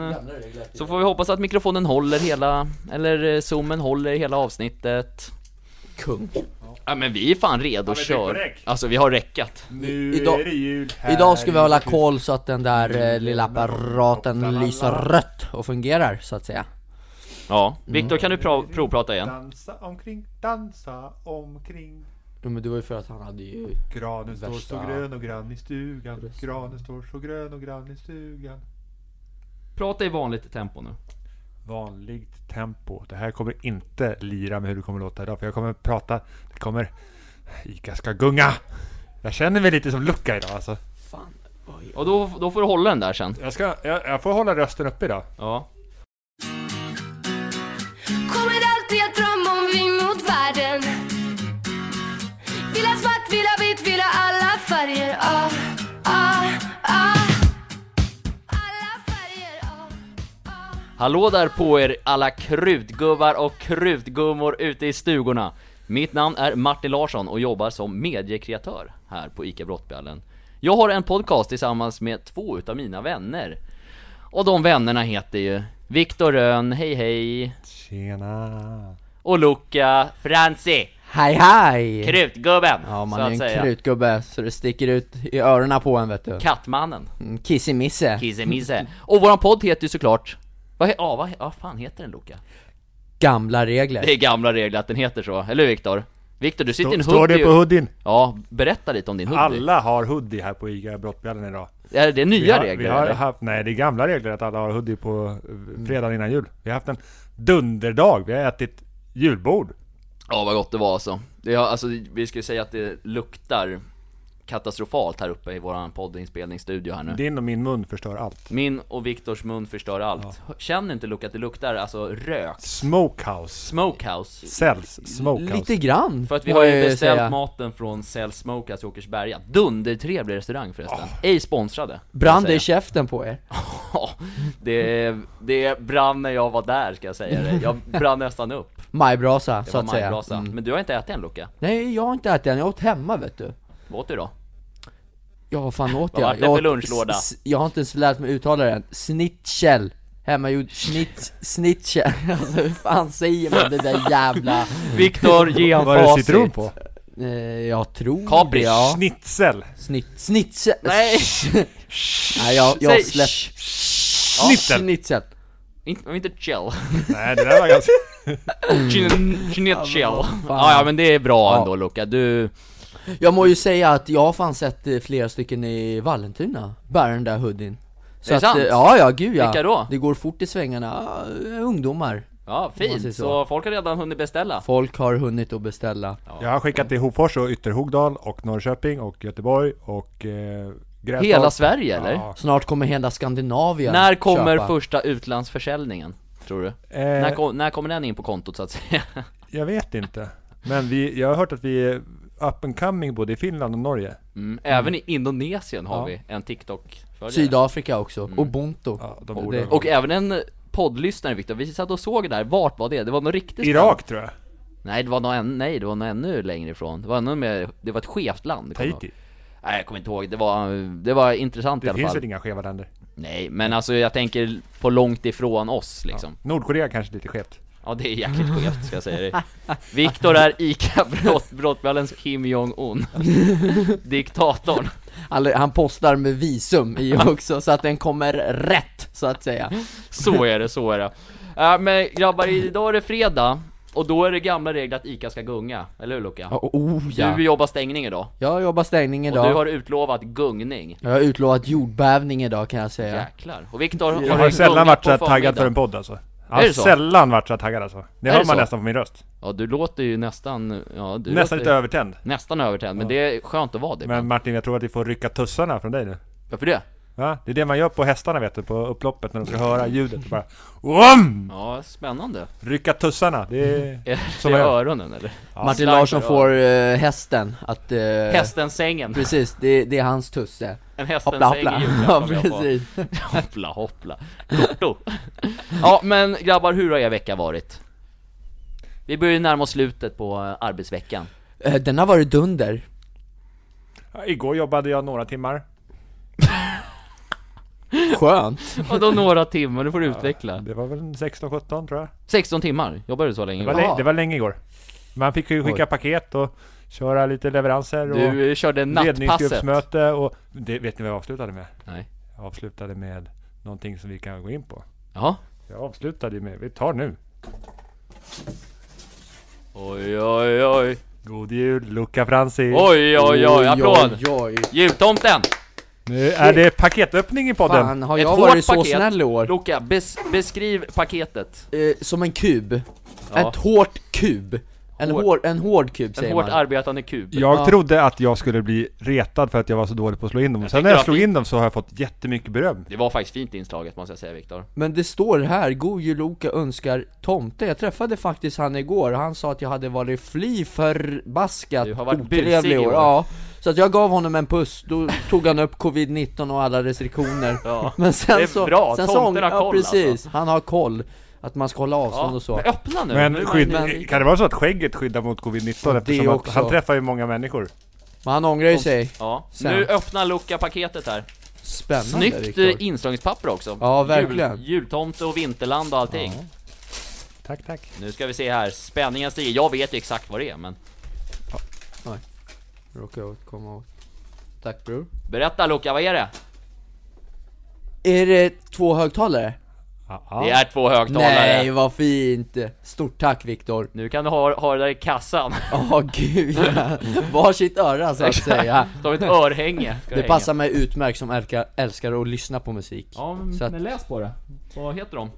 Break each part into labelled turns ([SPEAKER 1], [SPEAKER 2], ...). [SPEAKER 1] Gamla regler.
[SPEAKER 2] Så får vi hoppas att mikrofonen håller hela, eller eh, zoomen håller hela avsnittet
[SPEAKER 3] Kung.
[SPEAKER 2] Ja men vi är fan redo
[SPEAKER 4] men
[SPEAKER 2] och
[SPEAKER 4] det är
[SPEAKER 2] kör
[SPEAKER 4] korrekt.
[SPEAKER 2] Alltså vi har räckat
[SPEAKER 4] Nu
[SPEAKER 3] Idag-
[SPEAKER 4] är det jul här
[SPEAKER 3] Idag ska vi
[SPEAKER 4] i
[SPEAKER 3] hålla
[SPEAKER 4] huset.
[SPEAKER 3] koll så att den där eh, lilla apparaten lyser rött och fungerar så att säga
[SPEAKER 2] Ja, Mm. Viktor kan du prov, provprata igen?
[SPEAKER 4] Dansa omkring, dansa omkring
[SPEAKER 3] Jo men det var ju för att han hade ju...
[SPEAKER 4] Granen står så
[SPEAKER 3] Värsta-
[SPEAKER 4] grön och grann i stugan Granen står så grön och grann i stugan
[SPEAKER 2] Prata i vanligt tempo nu
[SPEAKER 4] Vanligt tempo. Det här kommer inte lira med hur det kommer låta idag för jag kommer prata, det kommer... Ica ska gunga! Jag känner mig lite som Lucka idag alltså.
[SPEAKER 3] Fan.
[SPEAKER 2] Och då, då får du hålla den där sen
[SPEAKER 4] Jag, ska, jag, jag får hålla rösten uppe idag.
[SPEAKER 2] Ja
[SPEAKER 5] Kommer alltid att drömma om vi mot världen Vill ha svart, vill ha vitt, vill ha alla färger ah, ah, ah. Alla färger ah, ah.
[SPEAKER 2] Hallå där på er alla krutgubbar och krutgummor ute i stugorna Mitt namn är Martin Larsson och jobbar som mediekreatör här på ICA Brottbjallen Jag har en podcast tillsammans med två utav mina vänner Och de vännerna heter ju Viktor Rönn, hej hej
[SPEAKER 4] Tjena!
[SPEAKER 2] Och Luca Franzi,
[SPEAKER 3] Hej hej!
[SPEAKER 2] krutgubben!
[SPEAKER 3] ja man
[SPEAKER 2] så
[SPEAKER 3] är
[SPEAKER 2] att
[SPEAKER 3] en
[SPEAKER 2] säga
[SPEAKER 3] krutgubbe så det sticker ut i öronen på en vet du
[SPEAKER 2] Kattmannen,
[SPEAKER 3] Mm, Kissemisse
[SPEAKER 2] kissemisse Och våran podd heter ju såklart vad, he- ah, vad, he- ah, fan heter den Luca?
[SPEAKER 3] Gamla regler
[SPEAKER 2] Det är gamla regler att den heter så, eller hur Viktor? Viktor du sitter i en
[SPEAKER 4] Står det
[SPEAKER 2] hoodie
[SPEAKER 4] på hoodien?
[SPEAKER 2] Ja, berätta lite om din hoodie.
[SPEAKER 4] Alla har hoodie här på ICA Brottbjällen idag.
[SPEAKER 2] Är det
[SPEAKER 4] Vi
[SPEAKER 2] nya
[SPEAKER 4] har,
[SPEAKER 2] regler
[SPEAKER 4] vi har
[SPEAKER 2] eller?
[SPEAKER 4] haft, Nej, det är gamla regler att alla har hoodie på eh, fredagen innan jul. Vi har haft en dunderdag. Vi har ätit julbord.
[SPEAKER 2] Ja, vad gott det var alltså. Det har, alltså vi skulle säga att det luktar katastrofalt här uppe i våran poddinspelningsstudio här nu.
[SPEAKER 4] Din och min mun förstör allt.
[SPEAKER 2] Min och Viktors mun förstör allt. Känner inte Luke att det luktar alltså rök?
[SPEAKER 4] Smokehouse.
[SPEAKER 2] Smokehouse.
[SPEAKER 4] Säljs smokehouse.
[SPEAKER 3] Lite grann
[SPEAKER 2] För att vi
[SPEAKER 3] får
[SPEAKER 2] har
[SPEAKER 3] jag
[SPEAKER 2] ju beställt
[SPEAKER 3] säga.
[SPEAKER 2] maten från Cell Smokehouse i Åkersberga. Dundertrevlig restaurang förresten.
[SPEAKER 4] Ah.
[SPEAKER 2] Ej sponsrade. kan jag
[SPEAKER 3] Brann det i
[SPEAKER 2] säga.
[SPEAKER 3] käften på er?
[SPEAKER 2] Ja, det, det brann när jag var där ska jag säga det. Jag brann nästan upp.
[SPEAKER 3] Majbrasa
[SPEAKER 2] Det
[SPEAKER 3] så
[SPEAKER 2] var
[SPEAKER 3] att säga
[SPEAKER 2] majbrasa.
[SPEAKER 3] mm.
[SPEAKER 2] Men du har inte ätit än Luca.
[SPEAKER 3] Nej jag har inte ätit den, jag åt hemma vet du
[SPEAKER 2] Vad åt du då?
[SPEAKER 3] Ja vad fan åt
[SPEAKER 2] Vad
[SPEAKER 3] jag?
[SPEAKER 2] vart det
[SPEAKER 3] jag
[SPEAKER 2] för
[SPEAKER 3] åt
[SPEAKER 2] lunchlåda?
[SPEAKER 3] s- Jag har inte ens lärt mig uttala den, snitchel Hemmagjord schnitt, snitchel, alltså hur fan säger man det där jävla...
[SPEAKER 2] Viktor, ge han
[SPEAKER 4] Vad är det
[SPEAKER 2] facit!
[SPEAKER 4] citron på?
[SPEAKER 3] Eh, jag tror
[SPEAKER 2] Capri.
[SPEAKER 3] det ja
[SPEAKER 4] Schnitzel.
[SPEAKER 3] Snitt, snitchel,
[SPEAKER 2] Nej!
[SPEAKER 3] Nej jag, jag
[SPEAKER 2] Säg
[SPEAKER 3] släpp...
[SPEAKER 4] Schnitzel.
[SPEAKER 3] Snitchel!
[SPEAKER 2] Inte, inte chill.
[SPEAKER 4] Nej, det där var ganska...
[SPEAKER 2] Chinet chill. Ja, ja men det är bra
[SPEAKER 3] Ja.
[SPEAKER 2] ändå Luca, du...
[SPEAKER 3] Jag må ju säga att jag har fan sett eh, flera stycken i Vallentuna bära den där hoodien
[SPEAKER 2] Är det
[SPEAKER 3] att, eh,
[SPEAKER 2] sant?
[SPEAKER 3] Ja ja, gud ja
[SPEAKER 2] Vilka då?
[SPEAKER 3] Det går fort i svängarna, Ah, ungdomar
[SPEAKER 2] Ja,
[SPEAKER 3] man säger
[SPEAKER 2] fint.
[SPEAKER 3] så.
[SPEAKER 2] Så folk har redan hunnit beställa.
[SPEAKER 3] Folk har hunnit att beställa
[SPEAKER 4] Jag har skickat till Hofors och Ytterhogdal och Norrköping och Göteborg och eh, Grästorp.
[SPEAKER 2] Hela Sverige eller?
[SPEAKER 4] Ja.
[SPEAKER 3] Snart kommer hela Skandinavien
[SPEAKER 2] När kommer
[SPEAKER 3] köpa.
[SPEAKER 2] första utlandsförsäljningen? Tror du?
[SPEAKER 4] Eh,
[SPEAKER 2] När, kom, när kommer den in på kontot så att säga?
[SPEAKER 4] jag vet inte. Men vi, jag har hört att vi är up and coming både i Finland och Norge.
[SPEAKER 2] Mm. Även i Indonesien har
[SPEAKER 4] Ja.
[SPEAKER 2] vi en TikTok-följare.
[SPEAKER 3] Sydafrika också, Ubuntu
[SPEAKER 4] Ja, de
[SPEAKER 3] Och
[SPEAKER 4] borde
[SPEAKER 3] det-
[SPEAKER 4] ha-
[SPEAKER 2] Och även en poddlyssnare Viktor, vi satt och såg där, vart var det? Det var något riktigt
[SPEAKER 4] Irak tror jag.
[SPEAKER 2] Nej det var nog än, nej det var nog ännu längre ifrån. Det var ännu mer, det var ett skevt land. kommer jag
[SPEAKER 4] Tahiti.
[SPEAKER 2] ihåg. Nej jag kommer inte ihåg, det var, det var intressant i
[SPEAKER 4] Det
[SPEAKER 2] alla
[SPEAKER 4] finns
[SPEAKER 2] fall.
[SPEAKER 4] väl inga skeva länder?
[SPEAKER 2] Nej men alltså jag tänker på långt ifrån oss liksom.
[SPEAKER 4] Nordkorea kanske lite skevt.
[SPEAKER 2] Ja, det är jäkligt skevt ska jag säga dig. Viktor är ICA brott, Brottballens Kim Jong-Un. Diktatorn.
[SPEAKER 3] Alla- Han postar med visum i också, så att den kommer rätt så att säga
[SPEAKER 2] Så är det, så är det. Äh, men grabbar, idag är det fredag. Och då är det gamla regler att ICA ska gunga, eller hur Luca?
[SPEAKER 3] Ja, Oh ja!
[SPEAKER 2] Du jobbar stängning idag.
[SPEAKER 3] Jag jobbar stängning
[SPEAKER 2] Och du
[SPEAKER 3] idag,
[SPEAKER 2] har utlovat gungning.
[SPEAKER 3] jag har utlovat jordbävning idag kan jag säga
[SPEAKER 2] Jäklar. Och Viktor
[SPEAKER 4] Jag har
[SPEAKER 2] du
[SPEAKER 4] sällan
[SPEAKER 2] gungat
[SPEAKER 4] varit
[SPEAKER 2] på
[SPEAKER 4] så här taggad för
[SPEAKER 2] förmiddagen?
[SPEAKER 4] en podd alltså. Jag har
[SPEAKER 2] det så?
[SPEAKER 4] sällan varit så här taggad alltså. Det
[SPEAKER 2] Är
[SPEAKER 4] hör
[SPEAKER 2] det
[SPEAKER 4] man
[SPEAKER 2] så?
[SPEAKER 4] nästan på min röst.
[SPEAKER 2] Ja du låter ju nästan, ja du
[SPEAKER 4] Nästan lite
[SPEAKER 2] låter,
[SPEAKER 4] övertänd.
[SPEAKER 2] nästan övertänd, men det är skönt att vara det
[SPEAKER 4] Men
[SPEAKER 2] men,
[SPEAKER 4] Martin, jag tror att vi får rycka tussarna från dig nu.
[SPEAKER 2] Varför det?
[SPEAKER 4] Va? Det är det man gör på hästarna vet du, på upploppet när de ska höra ljudet. Bara Om!
[SPEAKER 2] Ja, spännande
[SPEAKER 4] Rycka tussarna! Det är...
[SPEAKER 2] Är
[SPEAKER 4] Som
[SPEAKER 2] det
[SPEAKER 4] jag.
[SPEAKER 2] öronen eller?
[SPEAKER 3] Martin
[SPEAKER 2] Slang för
[SPEAKER 3] Larsson
[SPEAKER 2] öron.
[SPEAKER 3] får eh, hästen att... eh,
[SPEAKER 2] Hästen sängen,
[SPEAKER 3] Precis, det, det är hans tusse
[SPEAKER 2] en hästen
[SPEAKER 3] Hoppla
[SPEAKER 2] säng
[SPEAKER 3] hoppla,
[SPEAKER 2] i
[SPEAKER 3] ja
[SPEAKER 2] julklapp kom jag på.
[SPEAKER 3] precis
[SPEAKER 2] Hoppla hoppla, Korto. Ja men grabbar, hur har er vecka varit? Vi börjar ju närma oss slutet på eh, arbetsveckan
[SPEAKER 3] Eh, Den har varit dunder
[SPEAKER 4] Igår jobbade jag några timmar.
[SPEAKER 3] skönt!
[SPEAKER 2] Vadå några timmar? Du får utveckla.
[SPEAKER 4] Det var väl en 16-17 tror jag.
[SPEAKER 2] 16 timmar? Jobbar du så länge?
[SPEAKER 4] Det var,
[SPEAKER 3] Jaha.
[SPEAKER 4] länge, det var länge igår. Man fick ju skicka paket och köra lite leveranser och
[SPEAKER 2] Du eh, körde nattpasset?
[SPEAKER 4] ledningsgruppsmöte och... Det, vet ni vad jag avslutade med?
[SPEAKER 2] Nej.
[SPEAKER 4] Jag avslutade med någonting som vi kan gå in på.
[SPEAKER 2] Jaha?
[SPEAKER 4] Jag avslutade med, vi tar nu.
[SPEAKER 2] Oj oj oj,
[SPEAKER 4] God jul Luca Franzi!
[SPEAKER 2] oj oj oj, applåd!
[SPEAKER 3] Oj, oj, oj.
[SPEAKER 2] Jultomten!
[SPEAKER 4] Nu är det paketöppning i podden!
[SPEAKER 3] Fan, har
[SPEAKER 2] Ett
[SPEAKER 3] jag
[SPEAKER 2] hårt
[SPEAKER 3] varit så
[SPEAKER 2] paket.
[SPEAKER 3] snäll i år?
[SPEAKER 2] Luca, bes beskriv paketet.
[SPEAKER 3] Eh, som en kub.
[SPEAKER 2] Ja.
[SPEAKER 3] Ett hårt kub. En
[SPEAKER 2] Hård.
[SPEAKER 3] hård, en hård kub
[SPEAKER 2] En
[SPEAKER 3] säger
[SPEAKER 2] hårt
[SPEAKER 3] man.
[SPEAKER 2] arbetande kub.
[SPEAKER 4] Jag
[SPEAKER 3] Ja.
[SPEAKER 4] trodde att jag skulle bli retad för att jag var så dålig på att slå in dem. Sen
[SPEAKER 2] tyckte
[SPEAKER 4] när
[SPEAKER 2] det
[SPEAKER 4] jag
[SPEAKER 2] var
[SPEAKER 4] slog
[SPEAKER 2] fint.
[SPEAKER 4] in dem så har jag fått jättemycket beröm.
[SPEAKER 2] Det var faktiskt fint inslaget måste jag säga Viktor.
[SPEAKER 3] Men det står här, God jul Loka önskar tomte. Jag träffade faktiskt han igår och han sa att jag hade varit fly förbaskat
[SPEAKER 2] Du har varit busig
[SPEAKER 3] otrevlig
[SPEAKER 2] i
[SPEAKER 3] i
[SPEAKER 2] år.
[SPEAKER 3] år. Ja. Så att jag gav honom en puss, då tog han upp covid-19 och alla restriktioner.
[SPEAKER 2] Ja.
[SPEAKER 3] Men sen
[SPEAKER 2] Det är
[SPEAKER 3] så,
[SPEAKER 2] bra,
[SPEAKER 3] sen
[SPEAKER 2] tomten har
[SPEAKER 3] ja,
[SPEAKER 2] koll, alltså.
[SPEAKER 3] precis, han har koll. Att man ska hålla avstånd
[SPEAKER 2] Ja,
[SPEAKER 3] och så.
[SPEAKER 2] men öppna nu! Nu är
[SPEAKER 4] Men,
[SPEAKER 2] man
[SPEAKER 4] skydd,
[SPEAKER 2] nyfiken.
[SPEAKER 4] kan det vara så att skägget skyddar mot covid-19 eftersom att
[SPEAKER 3] också.
[SPEAKER 4] han träffar ju många människor?
[SPEAKER 3] Men han ångrar ju sig.
[SPEAKER 2] Ja,
[SPEAKER 3] Sen.
[SPEAKER 2] nu öppna Luca-paketet här.
[SPEAKER 3] Spännande
[SPEAKER 2] Snyggt
[SPEAKER 3] Viktor.
[SPEAKER 2] eh, inslagspapper också.
[SPEAKER 3] Ja, verkligen.
[SPEAKER 2] Jul, jultomte och vinterland och allting.
[SPEAKER 4] Tack, tack.
[SPEAKER 2] Nu ska vi se här, spänningen stiger. Jag vet ju exakt vad det är men
[SPEAKER 3] Råkade jag komma åt. Tack bror.
[SPEAKER 2] Berätta Luca, vad är det?
[SPEAKER 3] Är det två högtalare?
[SPEAKER 4] Ja, ja.
[SPEAKER 2] Det är två högtalare.
[SPEAKER 3] Nej vad fint! Stort tack Viktor!
[SPEAKER 2] Nu kan du ha, ha det där i kassan.
[SPEAKER 3] Åh gud ja. Varsitt öra så att säga!
[SPEAKER 2] Ta ett örhänge. Ska
[SPEAKER 3] Det
[SPEAKER 2] hänga.
[SPEAKER 3] passar mig utmärkt som älskar, älskar att lyssna på musik.
[SPEAKER 2] Ja, men,
[SPEAKER 3] Så att-
[SPEAKER 2] men läs på det. Vad heter de?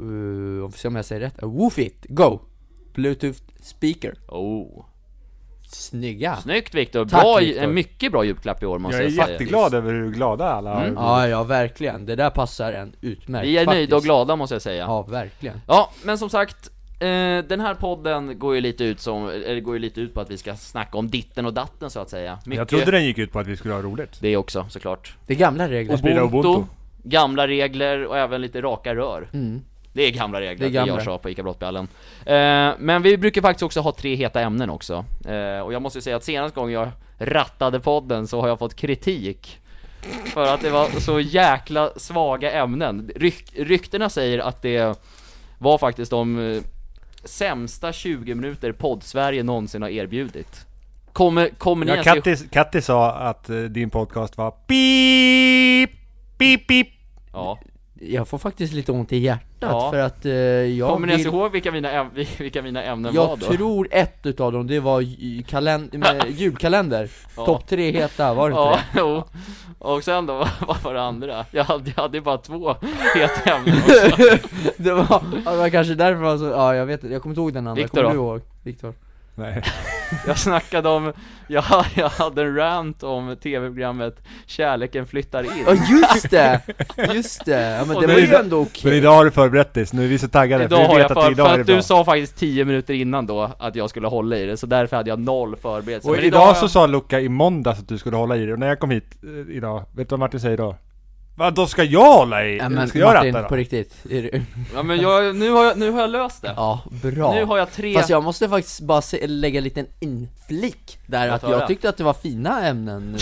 [SPEAKER 3] Uh, om vi ser om jag säger rätt. Woofit, go! Bluetooth speaker.
[SPEAKER 2] Oh.
[SPEAKER 3] Snygga!
[SPEAKER 2] Snyggt Viktor.
[SPEAKER 3] Tack,
[SPEAKER 2] Bra,
[SPEAKER 3] Viktor.
[SPEAKER 2] en mycket bra julklapp i år måste
[SPEAKER 4] Jag
[SPEAKER 2] jag,
[SPEAKER 4] är
[SPEAKER 2] säga.
[SPEAKER 4] jätteglad över hur glada alla har
[SPEAKER 2] Mm.
[SPEAKER 4] blivit.
[SPEAKER 3] Ja, ja verkligen. Det där passar en utmärkt
[SPEAKER 2] Vi är
[SPEAKER 3] faktiskt.
[SPEAKER 2] nöjda och glada måste jag säga. Ja,
[SPEAKER 3] Ja, verkligen.
[SPEAKER 2] men som sagt. Eh, den här podden går ju lite ut som, eller går ju lite ut på att vi ska snacka om ditten och datten så att säga. Mycket,
[SPEAKER 4] Jag trodde den gick ut på att vi skulle ha roligt.
[SPEAKER 2] det också såklart.
[SPEAKER 3] Det är gamla regler.
[SPEAKER 4] Spela Ubuntu.
[SPEAKER 2] gamla regler och även lite raka rör.
[SPEAKER 3] Mm.
[SPEAKER 2] Det är gamla regler,
[SPEAKER 3] Det är
[SPEAKER 2] det,
[SPEAKER 3] gamla.
[SPEAKER 2] görs av på ICA Brottballen. Eh, men vi brukar faktiskt också ha tre heta ämnen också. Eh, och jag måste ju säga att senast gången jag rattade podden så har jag fått kritik. För att det var så jäkla svaga ämnen. Ryk- ryktena säger att det var faktiskt de eh, sämsta 20 minuter podd-Sverige någonsin har erbjudit. Kommer, kommer ni alltså
[SPEAKER 4] Ja,
[SPEAKER 2] ens ihåg-
[SPEAKER 4] Katti, Katti sa att eh, din podcast var pip, pip, pip.
[SPEAKER 2] Ja.
[SPEAKER 3] Jag får faktiskt lite ont i hjärtat
[SPEAKER 2] Ja.
[SPEAKER 3] för att eh, jag
[SPEAKER 2] Kommer ni ens
[SPEAKER 3] vill-
[SPEAKER 2] ihåg vilka mina, äm- vilka mina ämnen var
[SPEAKER 3] Jag
[SPEAKER 2] då?
[SPEAKER 3] tror ett utav dem, det var ju- kalen- med julkalender
[SPEAKER 2] Ja.
[SPEAKER 3] Topp tre heta, var det inte
[SPEAKER 2] Ja,
[SPEAKER 3] det?
[SPEAKER 2] jo. Och sen då, vad var det andra? Jag hade, jag hade bara två heta ämnen också.
[SPEAKER 3] Det var, ja, det var kanske därför var så, ja jag vet inte, jag kommer inte ihåg den andra,
[SPEAKER 2] Viktor
[SPEAKER 3] kommer
[SPEAKER 2] då?
[SPEAKER 3] du ihåg? Viktor
[SPEAKER 4] Nej.
[SPEAKER 2] Jag snackade om, jag, jag hade en rant om tv-programmet Kärleken flyttar
[SPEAKER 3] Ja
[SPEAKER 2] in.
[SPEAKER 3] just det! Just det, ja men
[SPEAKER 2] Och
[SPEAKER 3] det
[SPEAKER 2] det-
[SPEAKER 3] var ju ändå okej
[SPEAKER 4] Men idag har du förberett dig, så nu är vi så taggade.
[SPEAKER 2] Idag
[SPEAKER 4] för
[SPEAKER 2] har
[SPEAKER 4] vi vet
[SPEAKER 2] jag för,
[SPEAKER 4] att idag
[SPEAKER 2] för
[SPEAKER 4] är
[SPEAKER 2] att
[SPEAKER 4] det
[SPEAKER 2] du
[SPEAKER 4] bra.
[SPEAKER 2] sa faktiskt 10 minuter innan då att jag skulle hålla i det, så därför hade jag noll förberedelser.
[SPEAKER 4] Och
[SPEAKER 2] Men
[SPEAKER 4] idag
[SPEAKER 2] har
[SPEAKER 4] så sa Luca i måndags att du skulle hålla i det, och när jag kom hit eh, idag, vet du vad Martin säger då? Va, då ska jag hålla i?
[SPEAKER 3] ja,
[SPEAKER 4] Eller
[SPEAKER 3] men
[SPEAKER 4] ska jag
[SPEAKER 3] Martin,
[SPEAKER 4] ratta
[SPEAKER 3] på
[SPEAKER 4] då?
[SPEAKER 3] riktigt, är du,
[SPEAKER 2] jag, ja, men jag, nu, har jag, nu har jag löst det.
[SPEAKER 3] ja bra
[SPEAKER 2] Nu har jag tre,
[SPEAKER 3] Fast jag måste faktiskt bara se, lägga en liten inflik där
[SPEAKER 2] Jag
[SPEAKER 3] att
[SPEAKER 2] tar det.
[SPEAKER 3] jag tyckte att det var fina ämnen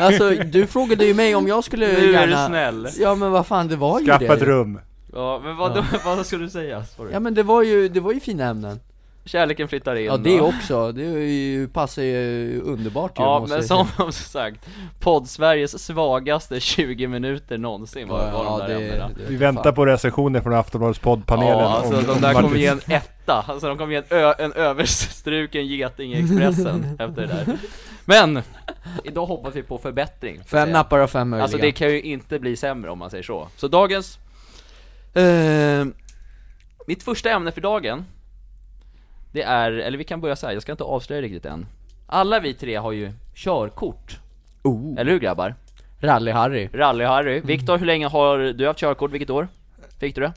[SPEAKER 3] Alltså du frågade ju mig om jag skulle
[SPEAKER 2] nu är
[SPEAKER 3] gärna
[SPEAKER 2] du snäll.
[SPEAKER 3] Ja men vad fan det var ju
[SPEAKER 4] Skaffa ett
[SPEAKER 3] det
[SPEAKER 4] rum.
[SPEAKER 2] Ja, men vad, vad skulle du säga? Sorry.
[SPEAKER 3] Ja men det var ju, det var ju fina ämnen
[SPEAKER 2] Kärleken flyttar in.
[SPEAKER 3] Ja det
[SPEAKER 2] och-
[SPEAKER 3] också, det är ju, passar ju underbart ju,
[SPEAKER 2] Ja
[SPEAKER 3] måste
[SPEAKER 2] men
[SPEAKER 3] jag
[SPEAKER 2] som
[SPEAKER 3] säga.
[SPEAKER 2] som sagt, podd-Sveriges svagaste 20 minuter någonsin var, var de
[SPEAKER 3] Ja,
[SPEAKER 2] där
[SPEAKER 3] det-
[SPEAKER 2] ämnena
[SPEAKER 3] det-
[SPEAKER 4] Vi väntar på recensioner från Aftonbladets poddpanelen.
[SPEAKER 2] Ja alltså
[SPEAKER 4] om-
[SPEAKER 2] de
[SPEAKER 4] om
[SPEAKER 2] där kommer
[SPEAKER 4] Martin.
[SPEAKER 2] ge en etta, alltså de kommer ge en, ö, en överstruken geting i Expressen efter det där Men! Idag hoppas vi på förbättring får jag
[SPEAKER 3] Fem
[SPEAKER 2] säga.
[SPEAKER 3] nappar av fem möjliga
[SPEAKER 2] Alltså det kan ju inte bli sämre om man säger så Så dagens... Eh, mitt första ämne för dagen Det är, eller vi kan börja så här. jag ska inte avslöja riktigt än Alla vi tre har ju körkort,
[SPEAKER 3] oh,
[SPEAKER 2] eller hur grabbar?
[SPEAKER 3] Rally-Harry
[SPEAKER 2] Rally-Harry.
[SPEAKER 3] Mm.
[SPEAKER 2] Viktor, hur länge har du haft körkort? Vilket år? Fick du det?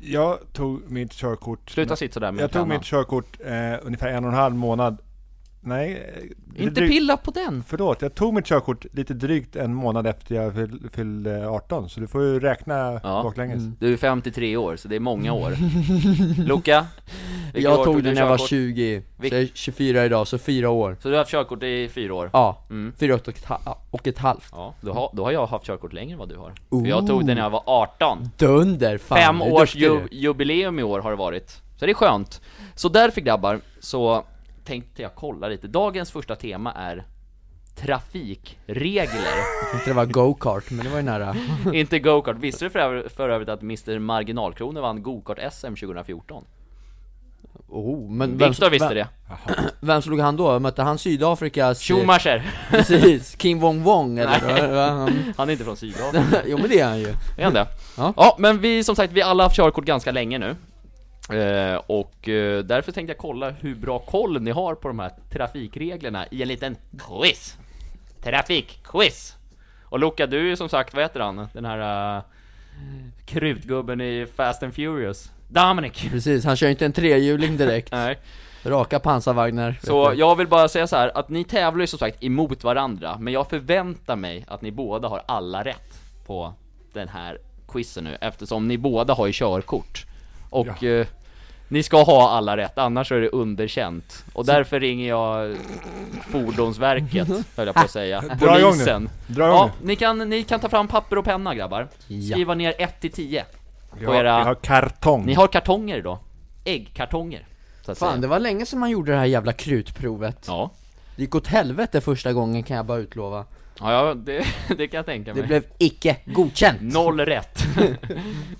[SPEAKER 4] Jag tog mitt körkort...
[SPEAKER 3] Mm.
[SPEAKER 2] Sluta sitta sådär med
[SPEAKER 4] Jag tog
[SPEAKER 2] pennan.
[SPEAKER 4] mitt körkort eh, ungefär en och en halv månad. Nej, eh,
[SPEAKER 2] Inte
[SPEAKER 4] drygt,
[SPEAKER 2] pilla på den!
[SPEAKER 4] Förlåt, jag tog mitt körkort lite drygt en månad efter jag fyll- fyllde 18. Så du får ju räkna
[SPEAKER 2] Ja. Mm.
[SPEAKER 4] baklänges.
[SPEAKER 2] Du är 53 år, så det är många år. Luca? Vilket år
[SPEAKER 3] Jag tog
[SPEAKER 2] du
[SPEAKER 3] den när jag var
[SPEAKER 2] körkort?
[SPEAKER 3] 20, så
[SPEAKER 2] Vil-
[SPEAKER 3] jag är 24 idag, så fyra år
[SPEAKER 2] Så du har haft körkort i fyra år?
[SPEAKER 3] Ja,
[SPEAKER 2] Mm.
[SPEAKER 3] fyra och ett, ha- och ett halvt
[SPEAKER 2] Ja, då har, då har jag haft körkort längre än vad du har. För jag tog det när jag var 18.
[SPEAKER 3] Dunder! Fan,
[SPEAKER 2] Fem
[SPEAKER 3] hur duktig
[SPEAKER 2] års
[SPEAKER 3] du
[SPEAKER 2] ju,
[SPEAKER 3] är.
[SPEAKER 2] jubileum i år har det varit. Så det är skönt. Så därför grabbar, så tänkte jag kolla lite. Dagens första tema är trafikregler.
[SPEAKER 3] Jag tänkte det var go-kart, men det var ju nära
[SPEAKER 2] Inte go-kart. Visste du för, öv- för övrigt att Mr Marginalkronor vann go-kart-SM 2014?
[SPEAKER 3] oh, men vem,
[SPEAKER 2] Viktor visste
[SPEAKER 3] vem,
[SPEAKER 2] det.
[SPEAKER 3] Vem slog han då? Mötte han Sydafrikas... eh,
[SPEAKER 2] Schumacher!
[SPEAKER 3] Precis, King Wong Wong eller? Nej.
[SPEAKER 2] Han är inte från Sydafrika.
[SPEAKER 3] jo men det är han ju
[SPEAKER 2] Är han det? Ja.
[SPEAKER 3] Ja.
[SPEAKER 2] men vi som sagt, vi alla har haft körkort ganska länge nu. Eh, och eh, därför tänkte jag kolla hur bra koll ni har på de här trafikreglerna i en liten quiz. Trafikquiz! Och Luca, du är ju som sagt, vad heter han? Den här uh, krutgubben i Fast and Furious. Dominic!
[SPEAKER 3] Precis, han kör inte en trehjuling direkt
[SPEAKER 2] Nej.
[SPEAKER 3] Raka pansarvagnar vet
[SPEAKER 2] Så
[SPEAKER 3] du.
[SPEAKER 2] jag vill bara säga så här att ni tävlar ju som sagt emot varandra, men jag förväntar mig att ni båda har alla rätt på den här quizen nu, eftersom ni båda har ju körkort. Och eh, ni ska ha alla rätt, annars är det underkänt. Och därför ringer jag Fordonsverket, höll jag på att säga.
[SPEAKER 4] Dra igång nu.
[SPEAKER 2] Polisen.
[SPEAKER 4] Dra igång
[SPEAKER 2] Ja,
[SPEAKER 4] nu.
[SPEAKER 2] ni kan, ni kan ta fram papper och penna grabbar. Skriva ner 1 till 10.
[SPEAKER 4] Vi
[SPEAKER 2] på
[SPEAKER 4] har,
[SPEAKER 2] era-
[SPEAKER 4] vi har kartong.
[SPEAKER 2] Ni har kartonger idag. Äggkartonger. Så att
[SPEAKER 3] Fan,
[SPEAKER 2] säga.
[SPEAKER 3] det var länge som man gjorde det här jävla krutprovet
[SPEAKER 2] Ja.
[SPEAKER 3] Det gick åt helvete första gången kan jag bara utlova
[SPEAKER 2] Ja, ja det, det kan jag tänka mig.
[SPEAKER 3] Det blev icke godkänt!
[SPEAKER 2] Noll rätt!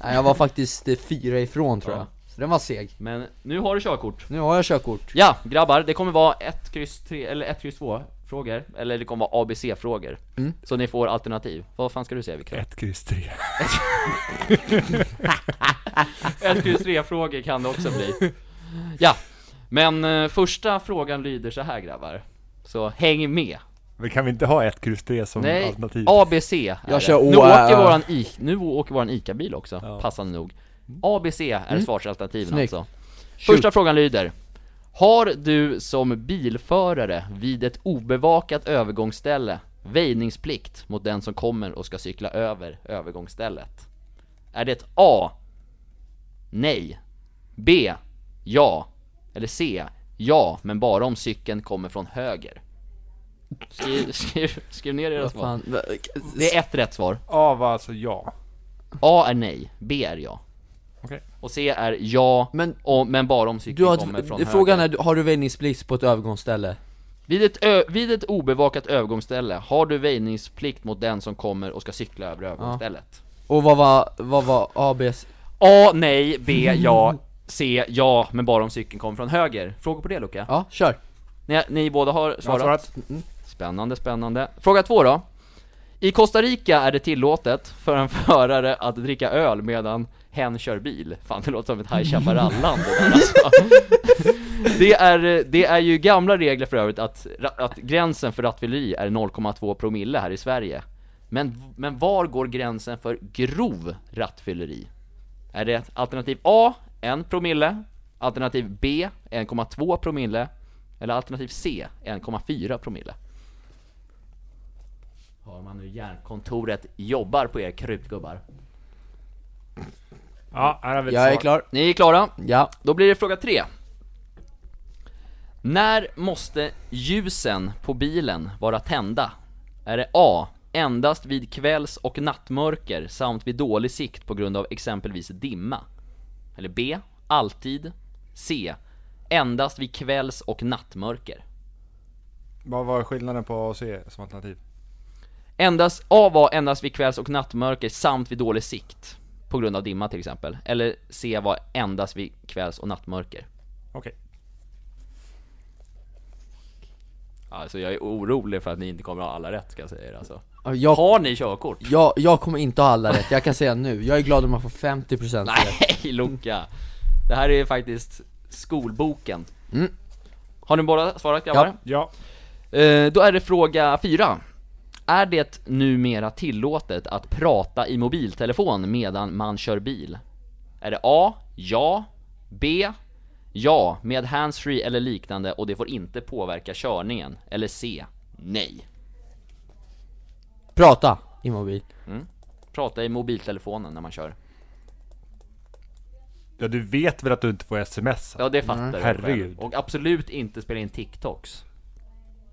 [SPEAKER 3] Nej, jag var faktiskt eh, fyra ifrån tror
[SPEAKER 2] Ja.
[SPEAKER 3] jag, så den var seg
[SPEAKER 2] Men nu har du körkort.
[SPEAKER 3] Nu har jag körkort
[SPEAKER 2] Ja, grabbar, det kommer vara 1, kryss 3, eller 1, kryss 2 frågor. Eller det kommer vara ABC-frågor. Så ni får alternativ. Vad fan ska du säga Viktor?
[SPEAKER 4] Ett kryss tre.
[SPEAKER 2] 1, kryss 3 frågor kan det också bli. Ja, men eh, första frågan lyder så här grabbar. Så häng med.
[SPEAKER 4] Men kan vi inte ha ett kryss tre som
[SPEAKER 2] Nej,
[SPEAKER 4] alternativ?
[SPEAKER 2] ABC är det.
[SPEAKER 3] kör
[SPEAKER 2] nu,
[SPEAKER 3] Å,
[SPEAKER 2] åker
[SPEAKER 3] äh.
[SPEAKER 2] våran I, nu åker våran ICA-bil också, passande nog. ABC är svarsalternativen
[SPEAKER 3] Mm. Snyggt.
[SPEAKER 2] alltså. Första frågan lyder. Har du som bilförare vid ett obevakat övergångsställe väjningsplikt mot den som kommer och ska cykla över övergångsstället? Är det A. Nej. B. Ja. Eller C. Ja, men bara om cykeln kommer från höger. Skriv, skriv, skriv ner era svar.
[SPEAKER 3] Fan, va-
[SPEAKER 2] Det är ett rätt svar.
[SPEAKER 4] A var alltså ja.
[SPEAKER 2] A är nej, B är ja.
[SPEAKER 4] Okej.
[SPEAKER 2] Och C är ja, men,
[SPEAKER 3] Men-
[SPEAKER 2] och, men bara om cykeln
[SPEAKER 3] du
[SPEAKER 2] kommer från
[SPEAKER 3] har, frågan
[SPEAKER 2] höger.
[SPEAKER 3] är, du- har du väjningsplikt på ett övergångsställe?
[SPEAKER 2] Vid, ett ö, vid ett obevakat övergångsställe har du väjningsplikt mot den som kommer och ska cykla över övergångsstället.
[SPEAKER 3] Och vad var, vad var ABs?
[SPEAKER 2] A nej, B ja, C ja, men bara om cykeln kommer från höger. Frågor på det Luca?
[SPEAKER 3] Ja, kör!
[SPEAKER 2] Ni, ni båda har
[SPEAKER 4] Jag har
[SPEAKER 2] svarat?
[SPEAKER 4] svarat. Mm.
[SPEAKER 2] Spännande, spännande. Fråga två då. I Costa Rica är det tillåtet för en förare att dricka öl medan hen kör bil. Fan, det låter som ett High Chaparral-land det där alltså. det, är, det är ju gamla regler för övrigt att, ra- att gränsen för rattfylleri är 0,2 promille här i Sverige. Men, men var går gränsen för grov rattfylleri? Är det alternativ A, 1 promille? Alternativ B, 1,2 promille? Eller alternativ C, 1,4 promille? Har man nu hjärnkontoret jobbar på er krutgubbar.
[SPEAKER 4] Ja, här har vi ett
[SPEAKER 3] Jag är
[SPEAKER 4] svar.
[SPEAKER 3] klar,
[SPEAKER 2] Ni är klara?
[SPEAKER 3] ja
[SPEAKER 2] Då blir det fråga tre. När måste ljusen på bilen vara tända? Är det A. Endast vid kvälls och nattmörker samt vid dålig sikt på grund av exempelvis dimma? Eller B. Alltid? C. Endast vid kvälls och nattmörker?
[SPEAKER 4] Vad var skillnaden på A och C som alternativ?
[SPEAKER 2] Endast, A var endast vid kvälls och nattmörker samt vid dålig sikt På grund av dimma till exempel Eller C var endast vid kvälls och nattmörker
[SPEAKER 4] Okej.
[SPEAKER 2] Alltså jag är orolig för att ni inte kommer ha alla rätt ska jag säga er alltså
[SPEAKER 3] jag,
[SPEAKER 2] Har ni körkort?
[SPEAKER 3] jag, jag kommer inte ha alla rätt, jag kan säga nu, jag är glad om jag får 50% rätt
[SPEAKER 2] Nej Luca! Det här är faktiskt skolboken Har ni båda svarat grabbar?
[SPEAKER 3] Ja.
[SPEAKER 4] Ja.
[SPEAKER 2] Eh, då är det fråga fyra. Är det numera tillåtet att prata i mobiltelefon medan man kör bil? Är det A. Ja. B. Ja, med handsfree eller liknande och det får inte påverka körningen. Eller C. Nej.
[SPEAKER 3] Prata, i mobil
[SPEAKER 2] Prata i mobiltelefonen när man kör.
[SPEAKER 4] Ja, du vet väl att du inte får sms?
[SPEAKER 2] Ja det fattar jag väl.
[SPEAKER 4] Herregud.
[SPEAKER 2] Och absolut inte spela in TikToks.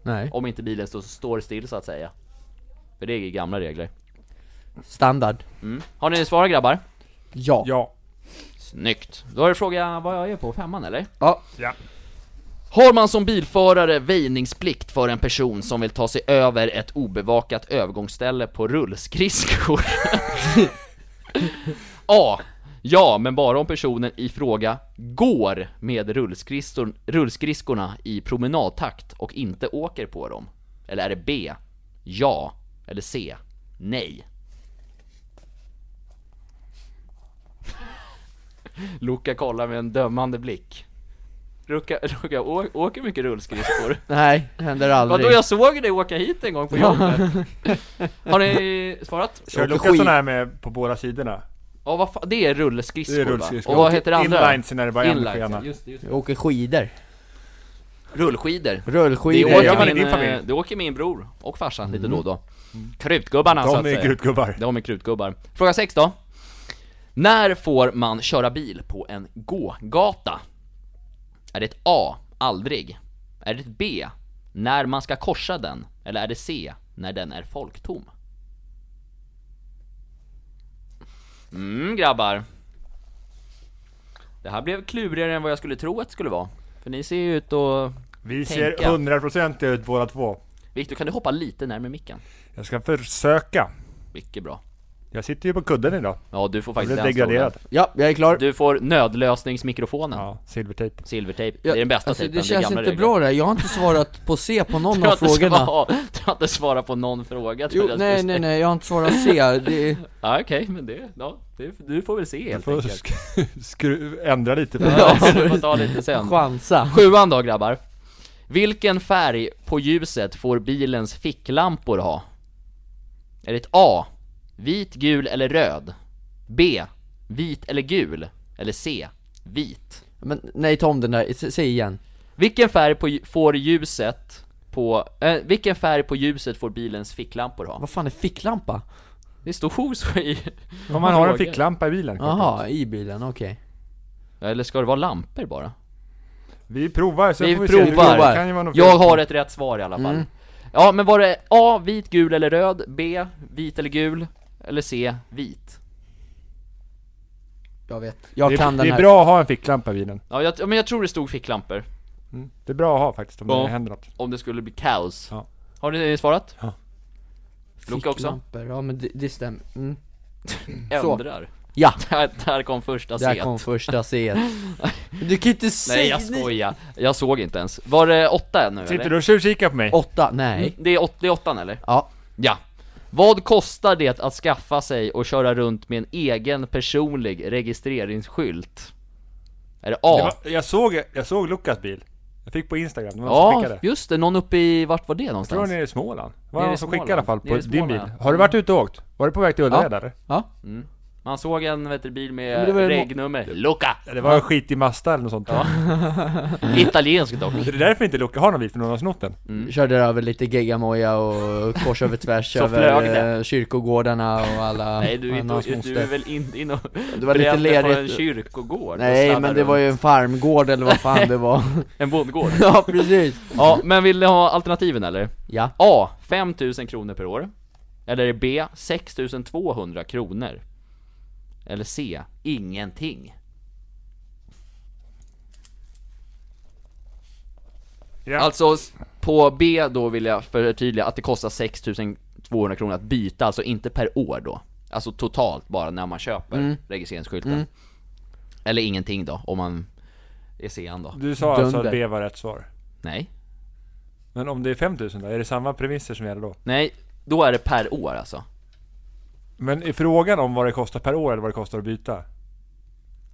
[SPEAKER 3] Nej.
[SPEAKER 2] Om inte bilen står, står still så att säga. För det är gamla regler.
[SPEAKER 3] Standard.
[SPEAKER 2] Har ni svar grabbar?
[SPEAKER 3] Ja.
[SPEAKER 4] Ja.
[SPEAKER 2] Snyggt! Då är det fråga vad jag är på, femman eller?
[SPEAKER 3] Ja.
[SPEAKER 4] ja.
[SPEAKER 2] Har man som bilförare väjningsplikt för en person som vill ta sig över ett obevakat övergångsställe på rullskridskor? A. Ja, men bara om personen i fråga går med rullskridskor, rullskridskorna i promenadtakt och inte åker på dem. Eller är det B? Ja. Eller C? Nej. Luca kollar med en dömande blick. Luca, Luca å- åker mycket rullskridskor.
[SPEAKER 3] Nej, händer aldrig.
[SPEAKER 2] Vadå jag såg dig åka hit en gång på jobbet? Har ni svarat?
[SPEAKER 4] Kör
[SPEAKER 3] åker
[SPEAKER 4] Lukas
[SPEAKER 3] skid.
[SPEAKER 4] sån här med på båda sidorna?
[SPEAKER 2] Ja vad fan, det är rullskridskor,
[SPEAKER 4] Det är rullskridskor.
[SPEAKER 2] va? Och vad heter det andra?
[SPEAKER 4] Inlines när det bara är en
[SPEAKER 2] Inlines,
[SPEAKER 4] skena.
[SPEAKER 2] just det, just det.
[SPEAKER 3] Jag åker skidor.
[SPEAKER 2] Rullskidor. Det
[SPEAKER 3] Rullskidor.
[SPEAKER 4] Det gör
[SPEAKER 2] åker,
[SPEAKER 4] man i
[SPEAKER 2] min,
[SPEAKER 4] din familj.
[SPEAKER 2] eh, det åker min bror och farsan lite då och då. Mm. Krutgubbarna så att
[SPEAKER 4] De
[SPEAKER 2] säga.
[SPEAKER 4] är grutgubbar.
[SPEAKER 2] De är krutgubbar. Fråga 6 då. När får man köra bil på en gågata? Är det ett A. Aldrig. Är det ett B. När man ska korsa den? Eller är det C. När den är folktom? Mm grabbar. Det här blev klurigare än vad jag skulle tro att det skulle vara. För ni ser ju ut att...
[SPEAKER 4] Vi
[SPEAKER 2] Tänka.
[SPEAKER 4] ser hundraprocentiga ut båda två.
[SPEAKER 2] Viktor kan du hoppa lite närmare micken?
[SPEAKER 4] Jag ska försöka.
[SPEAKER 2] Mycket bra.
[SPEAKER 4] Jag sitter ju på kudden idag.
[SPEAKER 2] Ja du får
[SPEAKER 4] Jag
[SPEAKER 2] faktiskt
[SPEAKER 4] blev
[SPEAKER 2] den stolen.
[SPEAKER 4] degraderad.
[SPEAKER 3] Ja, jag är klar.
[SPEAKER 2] Du får nödlösningsmikrofonen.
[SPEAKER 4] Ja, silvertejp.
[SPEAKER 2] Silvertejp,
[SPEAKER 3] Ja,
[SPEAKER 2] det är den bästa
[SPEAKER 3] alltså,
[SPEAKER 2] tejpen,
[SPEAKER 3] Det känns
[SPEAKER 2] gamla
[SPEAKER 3] inte
[SPEAKER 2] regler.
[SPEAKER 3] bra det här. jag har inte svarat på C på någon
[SPEAKER 2] Du har
[SPEAKER 3] av
[SPEAKER 2] inte
[SPEAKER 3] frågorna.
[SPEAKER 2] svar- Du har inte svarat på någon fråga tror
[SPEAKER 3] Jo,
[SPEAKER 2] jag
[SPEAKER 3] nej
[SPEAKER 2] skulle
[SPEAKER 3] nej
[SPEAKER 2] säga.
[SPEAKER 3] nej, jag har inte svarat C. Det,
[SPEAKER 2] Ja, okej, men det, ja, det, du får väl se
[SPEAKER 4] Jag
[SPEAKER 2] helt
[SPEAKER 4] får
[SPEAKER 2] enkelt.
[SPEAKER 4] sk- skru- ändra lite på det här.
[SPEAKER 2] Ja, du får ta lite sen.
[SPEAKER 3] chansa.
[SPEAKER 2] Sjuan då grabbar. Vilken färg på ljuset får bilens ficklampor ha? Är det ett A? Vit, gul eller röd? B. Vit eller gul? Eller C. Vit.
[SPEAKER 3] Men nej Tom den där, S- säg igen.
[SPEAKER 2] Vilken färg på, lj- får ljuset på, eh, vilken färg på ljuset får bilens ficklampor ha?
[SPEAKER 3] Vad fan är ficklampa?
[SPEAKER 2] Det står så i...
[SPEAKER 4] Om man har en
[SPEAKER 2] Frågor.
[SPEAKER 4] ficklampa i bilen.
[SPEAKER 3] Jaha, i bilen, okej.
[SPEAKER 2] Eller ska det vara lampor bara?
[SPEAKER 4] Vi provar så
[SPEAKER 2] Vi
[SPEAKER 4] får vi se.
[SPEAKER 2] provar.
[SPEAKER 4] Det kan ju vara något fel. Mm.
[SPEAKER 2] Jag har ett rätt svar i alla fall. Ja, men var det A, vit, gul eller röd? B, vit eller gul? Eller C, vit?
[SPEAKER 3] Jag vet. Jag
[SPEAKER 4] det, är-
[SPEAKER 3] kan den
[SPEAKER 4] det
[SPEAKER 3] här.
[SPEAKER 4] är bra att ha en ficklampa i bilen.
[SPEAKER 2] Ja, jag, ja, men jag tror det stod ficklampor.
[SPEAKER 4] Mm. Det är bra att ha faktiskt om
[SPEAKER 2] Ja.
[SPEAKER 4] det händer något.
[SPEAKER 2] Om det skulle bli kaos.
[SPEAKER 4] Ja.
[SPEAKER 2] Har ni svarat?
[SPEAKER 4] Ja.
[SPEAKER 2] Luca också?
[SPEAKER 3] Ficklampor, Ja men det, det stämmer. Mm.
[SPEAKER 4] Mm.
[SPEAKER 3] Så.
[SPEAKER 2] Ändrar.
[SPEAKER 3] Ja,
[SPEAKER 2] Där, där kom första
[SPEAKER 3] där
[SPEAKER 2] set.
[SPEAKER 3] kom första C. Du kan ju inte säga...
[SPEAKER 2] Nej jag skojar, jag såg inte ens. Var det åtta ännu
[SPEAKER 4] Sitter
[SPEAKER 2] eller?
[SPEAKER 4] du och tjuvkikar på mig?
[SPEAKER 3] Åtta, nej.
[SPEAKER 2] Det är, åt, det är åttan eller?
[SPEAKER 3] Ja.
[SPEAKER 2] Ja. Vad kostar det att skaffa sig och köra runt med en egen personlig registreringsskylt? Är det A?
[SPEAKER 4] Det var, jag, såg, jag såg Lukas bil. Jag fick på Instagram, det var någon som
[SPEAKER 2] ja,
[SPEAKER 4] skickade.
[SPEAKER 2] just det, någon uppe i, vart var det
[SPEAKER 4] Jag tror
[SPEAKER 2] någonstans?
[SPEAKER 4] nere i Småland. Det var
[SPEAKER 2] Nere i
[SPEAKER 4] någon som skickade i alla
[SPEAKER 2] Småland.
[SPEAKER 4] fall på
[SPEAKER 2] Nere i
[SPEAKER 4] din bil.
[SPEAKER 2] Småland.
[SPEAKER 4] Har du varit ute och åkt? Var du på väg till Ullared eller?
[SPEAKER 3] Ja.
[SPEAKER 2] Man såg en vet du, bil
[SPEAKER 3] Men
[SPEAKER 2] med
[SPEAKER 3] det var ju-
[SPEAKER 2] regnummer, Luca!
[SPEAKER 4] Det var en skit i Masta eller något sånt.
[SPEAKER 2] Italiensk dock.
[SPEAKER 4] Det är därför inte Luca har någon bil, för någon har snott den.
[SPEAKER 3] Körde över lite geggamoja och kors över tvärs
[SPEAKER 2] Mm. Så flög det.
[SPEAKER 3] över eh, kyrkogårdarna och alla
[SPEAKER 2] Nej du, är
[SPEAKER 3] annans
[SPEAKER 2] inte, du är
[SPEAKER 3] moster.
[SPEAKER 2] väl inte inne och
[SPEAKER 3] Det var lite
[SPEAKER 2] brände på en
[SPEAKER 3] ledigt.
[SPEAKER 2] kyrkogård? och
[SPEAKER 3] Nej
[SPEAKER 2] sladdade
[SPEAKER 3] men det var ju
[SPEAKER 2] runt.
[SPEAKER 3] en farmgård eller vad fan det var
[SPEAKER 2] En bondgård?
[SPEAKER 3] Ja precis
[SPEAKER 2] ja, men vill ni ha alternativen eller?
[SPEAKER 3] Ja,
[SPEAKER 2] A. 5 000 kronor per år. Eller är det B. 6 200 kronor. Eller C. Ingenting.
[SPEAKER 4] Ja.
[SPEAKER 2] Alltså, s- på B då vill jag förtydliga att det kostar 6 200 kronor att byta, alltså inte per år då. Alltså totalt bara när man köper registreringsskylten. Eller ingenting då, om man är CN då.
[SPEAKER 4] Du sa alltså
[SPEAKER 3] Dunder.
[SPEAKER 4] att B var rätt svar.
[SPEAKER 2] Nej.
[SPEAKER 4] Men om det är 5000 då? Är det samma premisser som gäller då?
[SPEAKER 2] Nej, då är det per år alltså.
[SPEAKER 4] Men är frågan om vad det kostar per år eller vad det kostar att byta?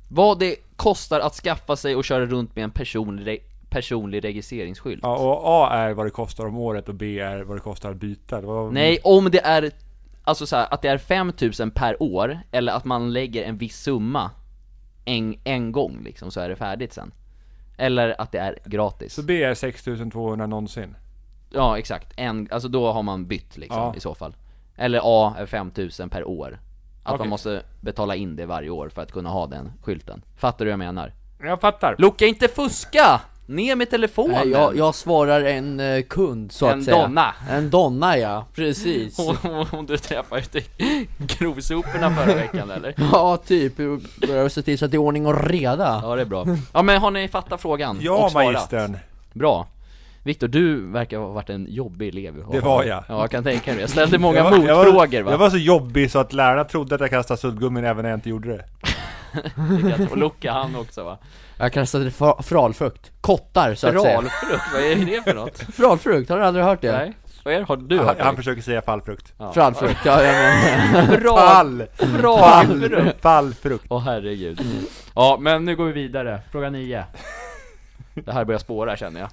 [SPEAKER 2] Vad det kostar att skaffa sig och köra runt med en personlig, personlig registreringsskylt.
[SPEAKER 4] Ja, och A är vad det kostar om året och B är vad det kostar att byta. Det var...
[SPEAKER 2] Nej, om det är, alltså så här, att det är 5000 per år, eller att man lägger en viss summa en, en gång liksom, så är det färdigt sen. Eller att det är gratis.
[SPEAKER 4] Så B är 6200 någonsin.
[SPEAKER 2] Ja, exakt. En, alltså då har man bytt liksom,
[SPEAKER 4] Ja.
[SPEAKER 2] i så fall. Eller A är 5000 per år. Att man
[SPEAKER 4] Okej.
[SPEAKER 2] måste betala in det varje år för att kunna ha den skylten. Fattar du vad jag menar?
[SPEAKER 4] Jag fattar.
[SPEAKER 2] Luka, inte fuska! Ner med telefonen!
[SPEAKER 3] Nej, jag, jag svarar en eh, kund så
[SPEAKER 2] En
[SPEAKER 3] att säga
[SPEAKER 2] donna.
[SPEAKER 3] En donna ja, precis
[SPEAKER 2] Hon, hon, hon du träffade ute i grovsoporna förra veckan eller?
[SPEAKER 3] Ja typ, börjar se till så att det är ordning och reda
[SPEAKER 2] Ja det är bra. Ja men har ni fattat frågan?
[SPEAKER 4] Ja,
[SPEAKER 2] och svarat?
[SPEAKER 4] magistern.
[SPEAKER 2] Bra. Viktor, du verkar ha varit en jobbig elev.
[SPEAKER 4] Det var jag.
[SPEAKER 2] Ja, jag kan tänka mig det. Jag ställde många
[SPEAKER 4] Jag var- jag var-
[SPEAKER 2] motfrågor va?
[SPEAKER 4] Jag var så jobbig så att lärarna trodde att jag kastade suddgummin även när jag inte gjorde det.
[SPEAKER 2] Och Luca han också va?
[SPEAKER 3] Jag kastade fra- fralfrukt, kottar så att säga
[SPEAKER 2] Fralfrukt, vad är det för något?
[SPEAKER 3] Fralfrukt, har du aldrig hört det?
[SPEAKER 2] Nej? Vad är det? Har du
[SPEAKER 4] Han,
[SPEAKER 2] hört
[SPEAKER 4] han
[SPEAKER 2] det?
[SPEAKER 4] försöker säga fallfrukt.
[SPEAKER 3] Fralfrukt, ja, ja men,
[SPEAKER 2] Fral-
[SPEAKER 4] Fall!
[SPEAKER 2] Fralfrukt!
[SPEAKER 4] Fallfrukt.
[SPEAKER 2] Åh herregud.
[SPEAKER 4] Mm.
[SPEAKER 2] Ja, men nu går vi vidare. Fråga 9. Det här börjar spåra känner jag.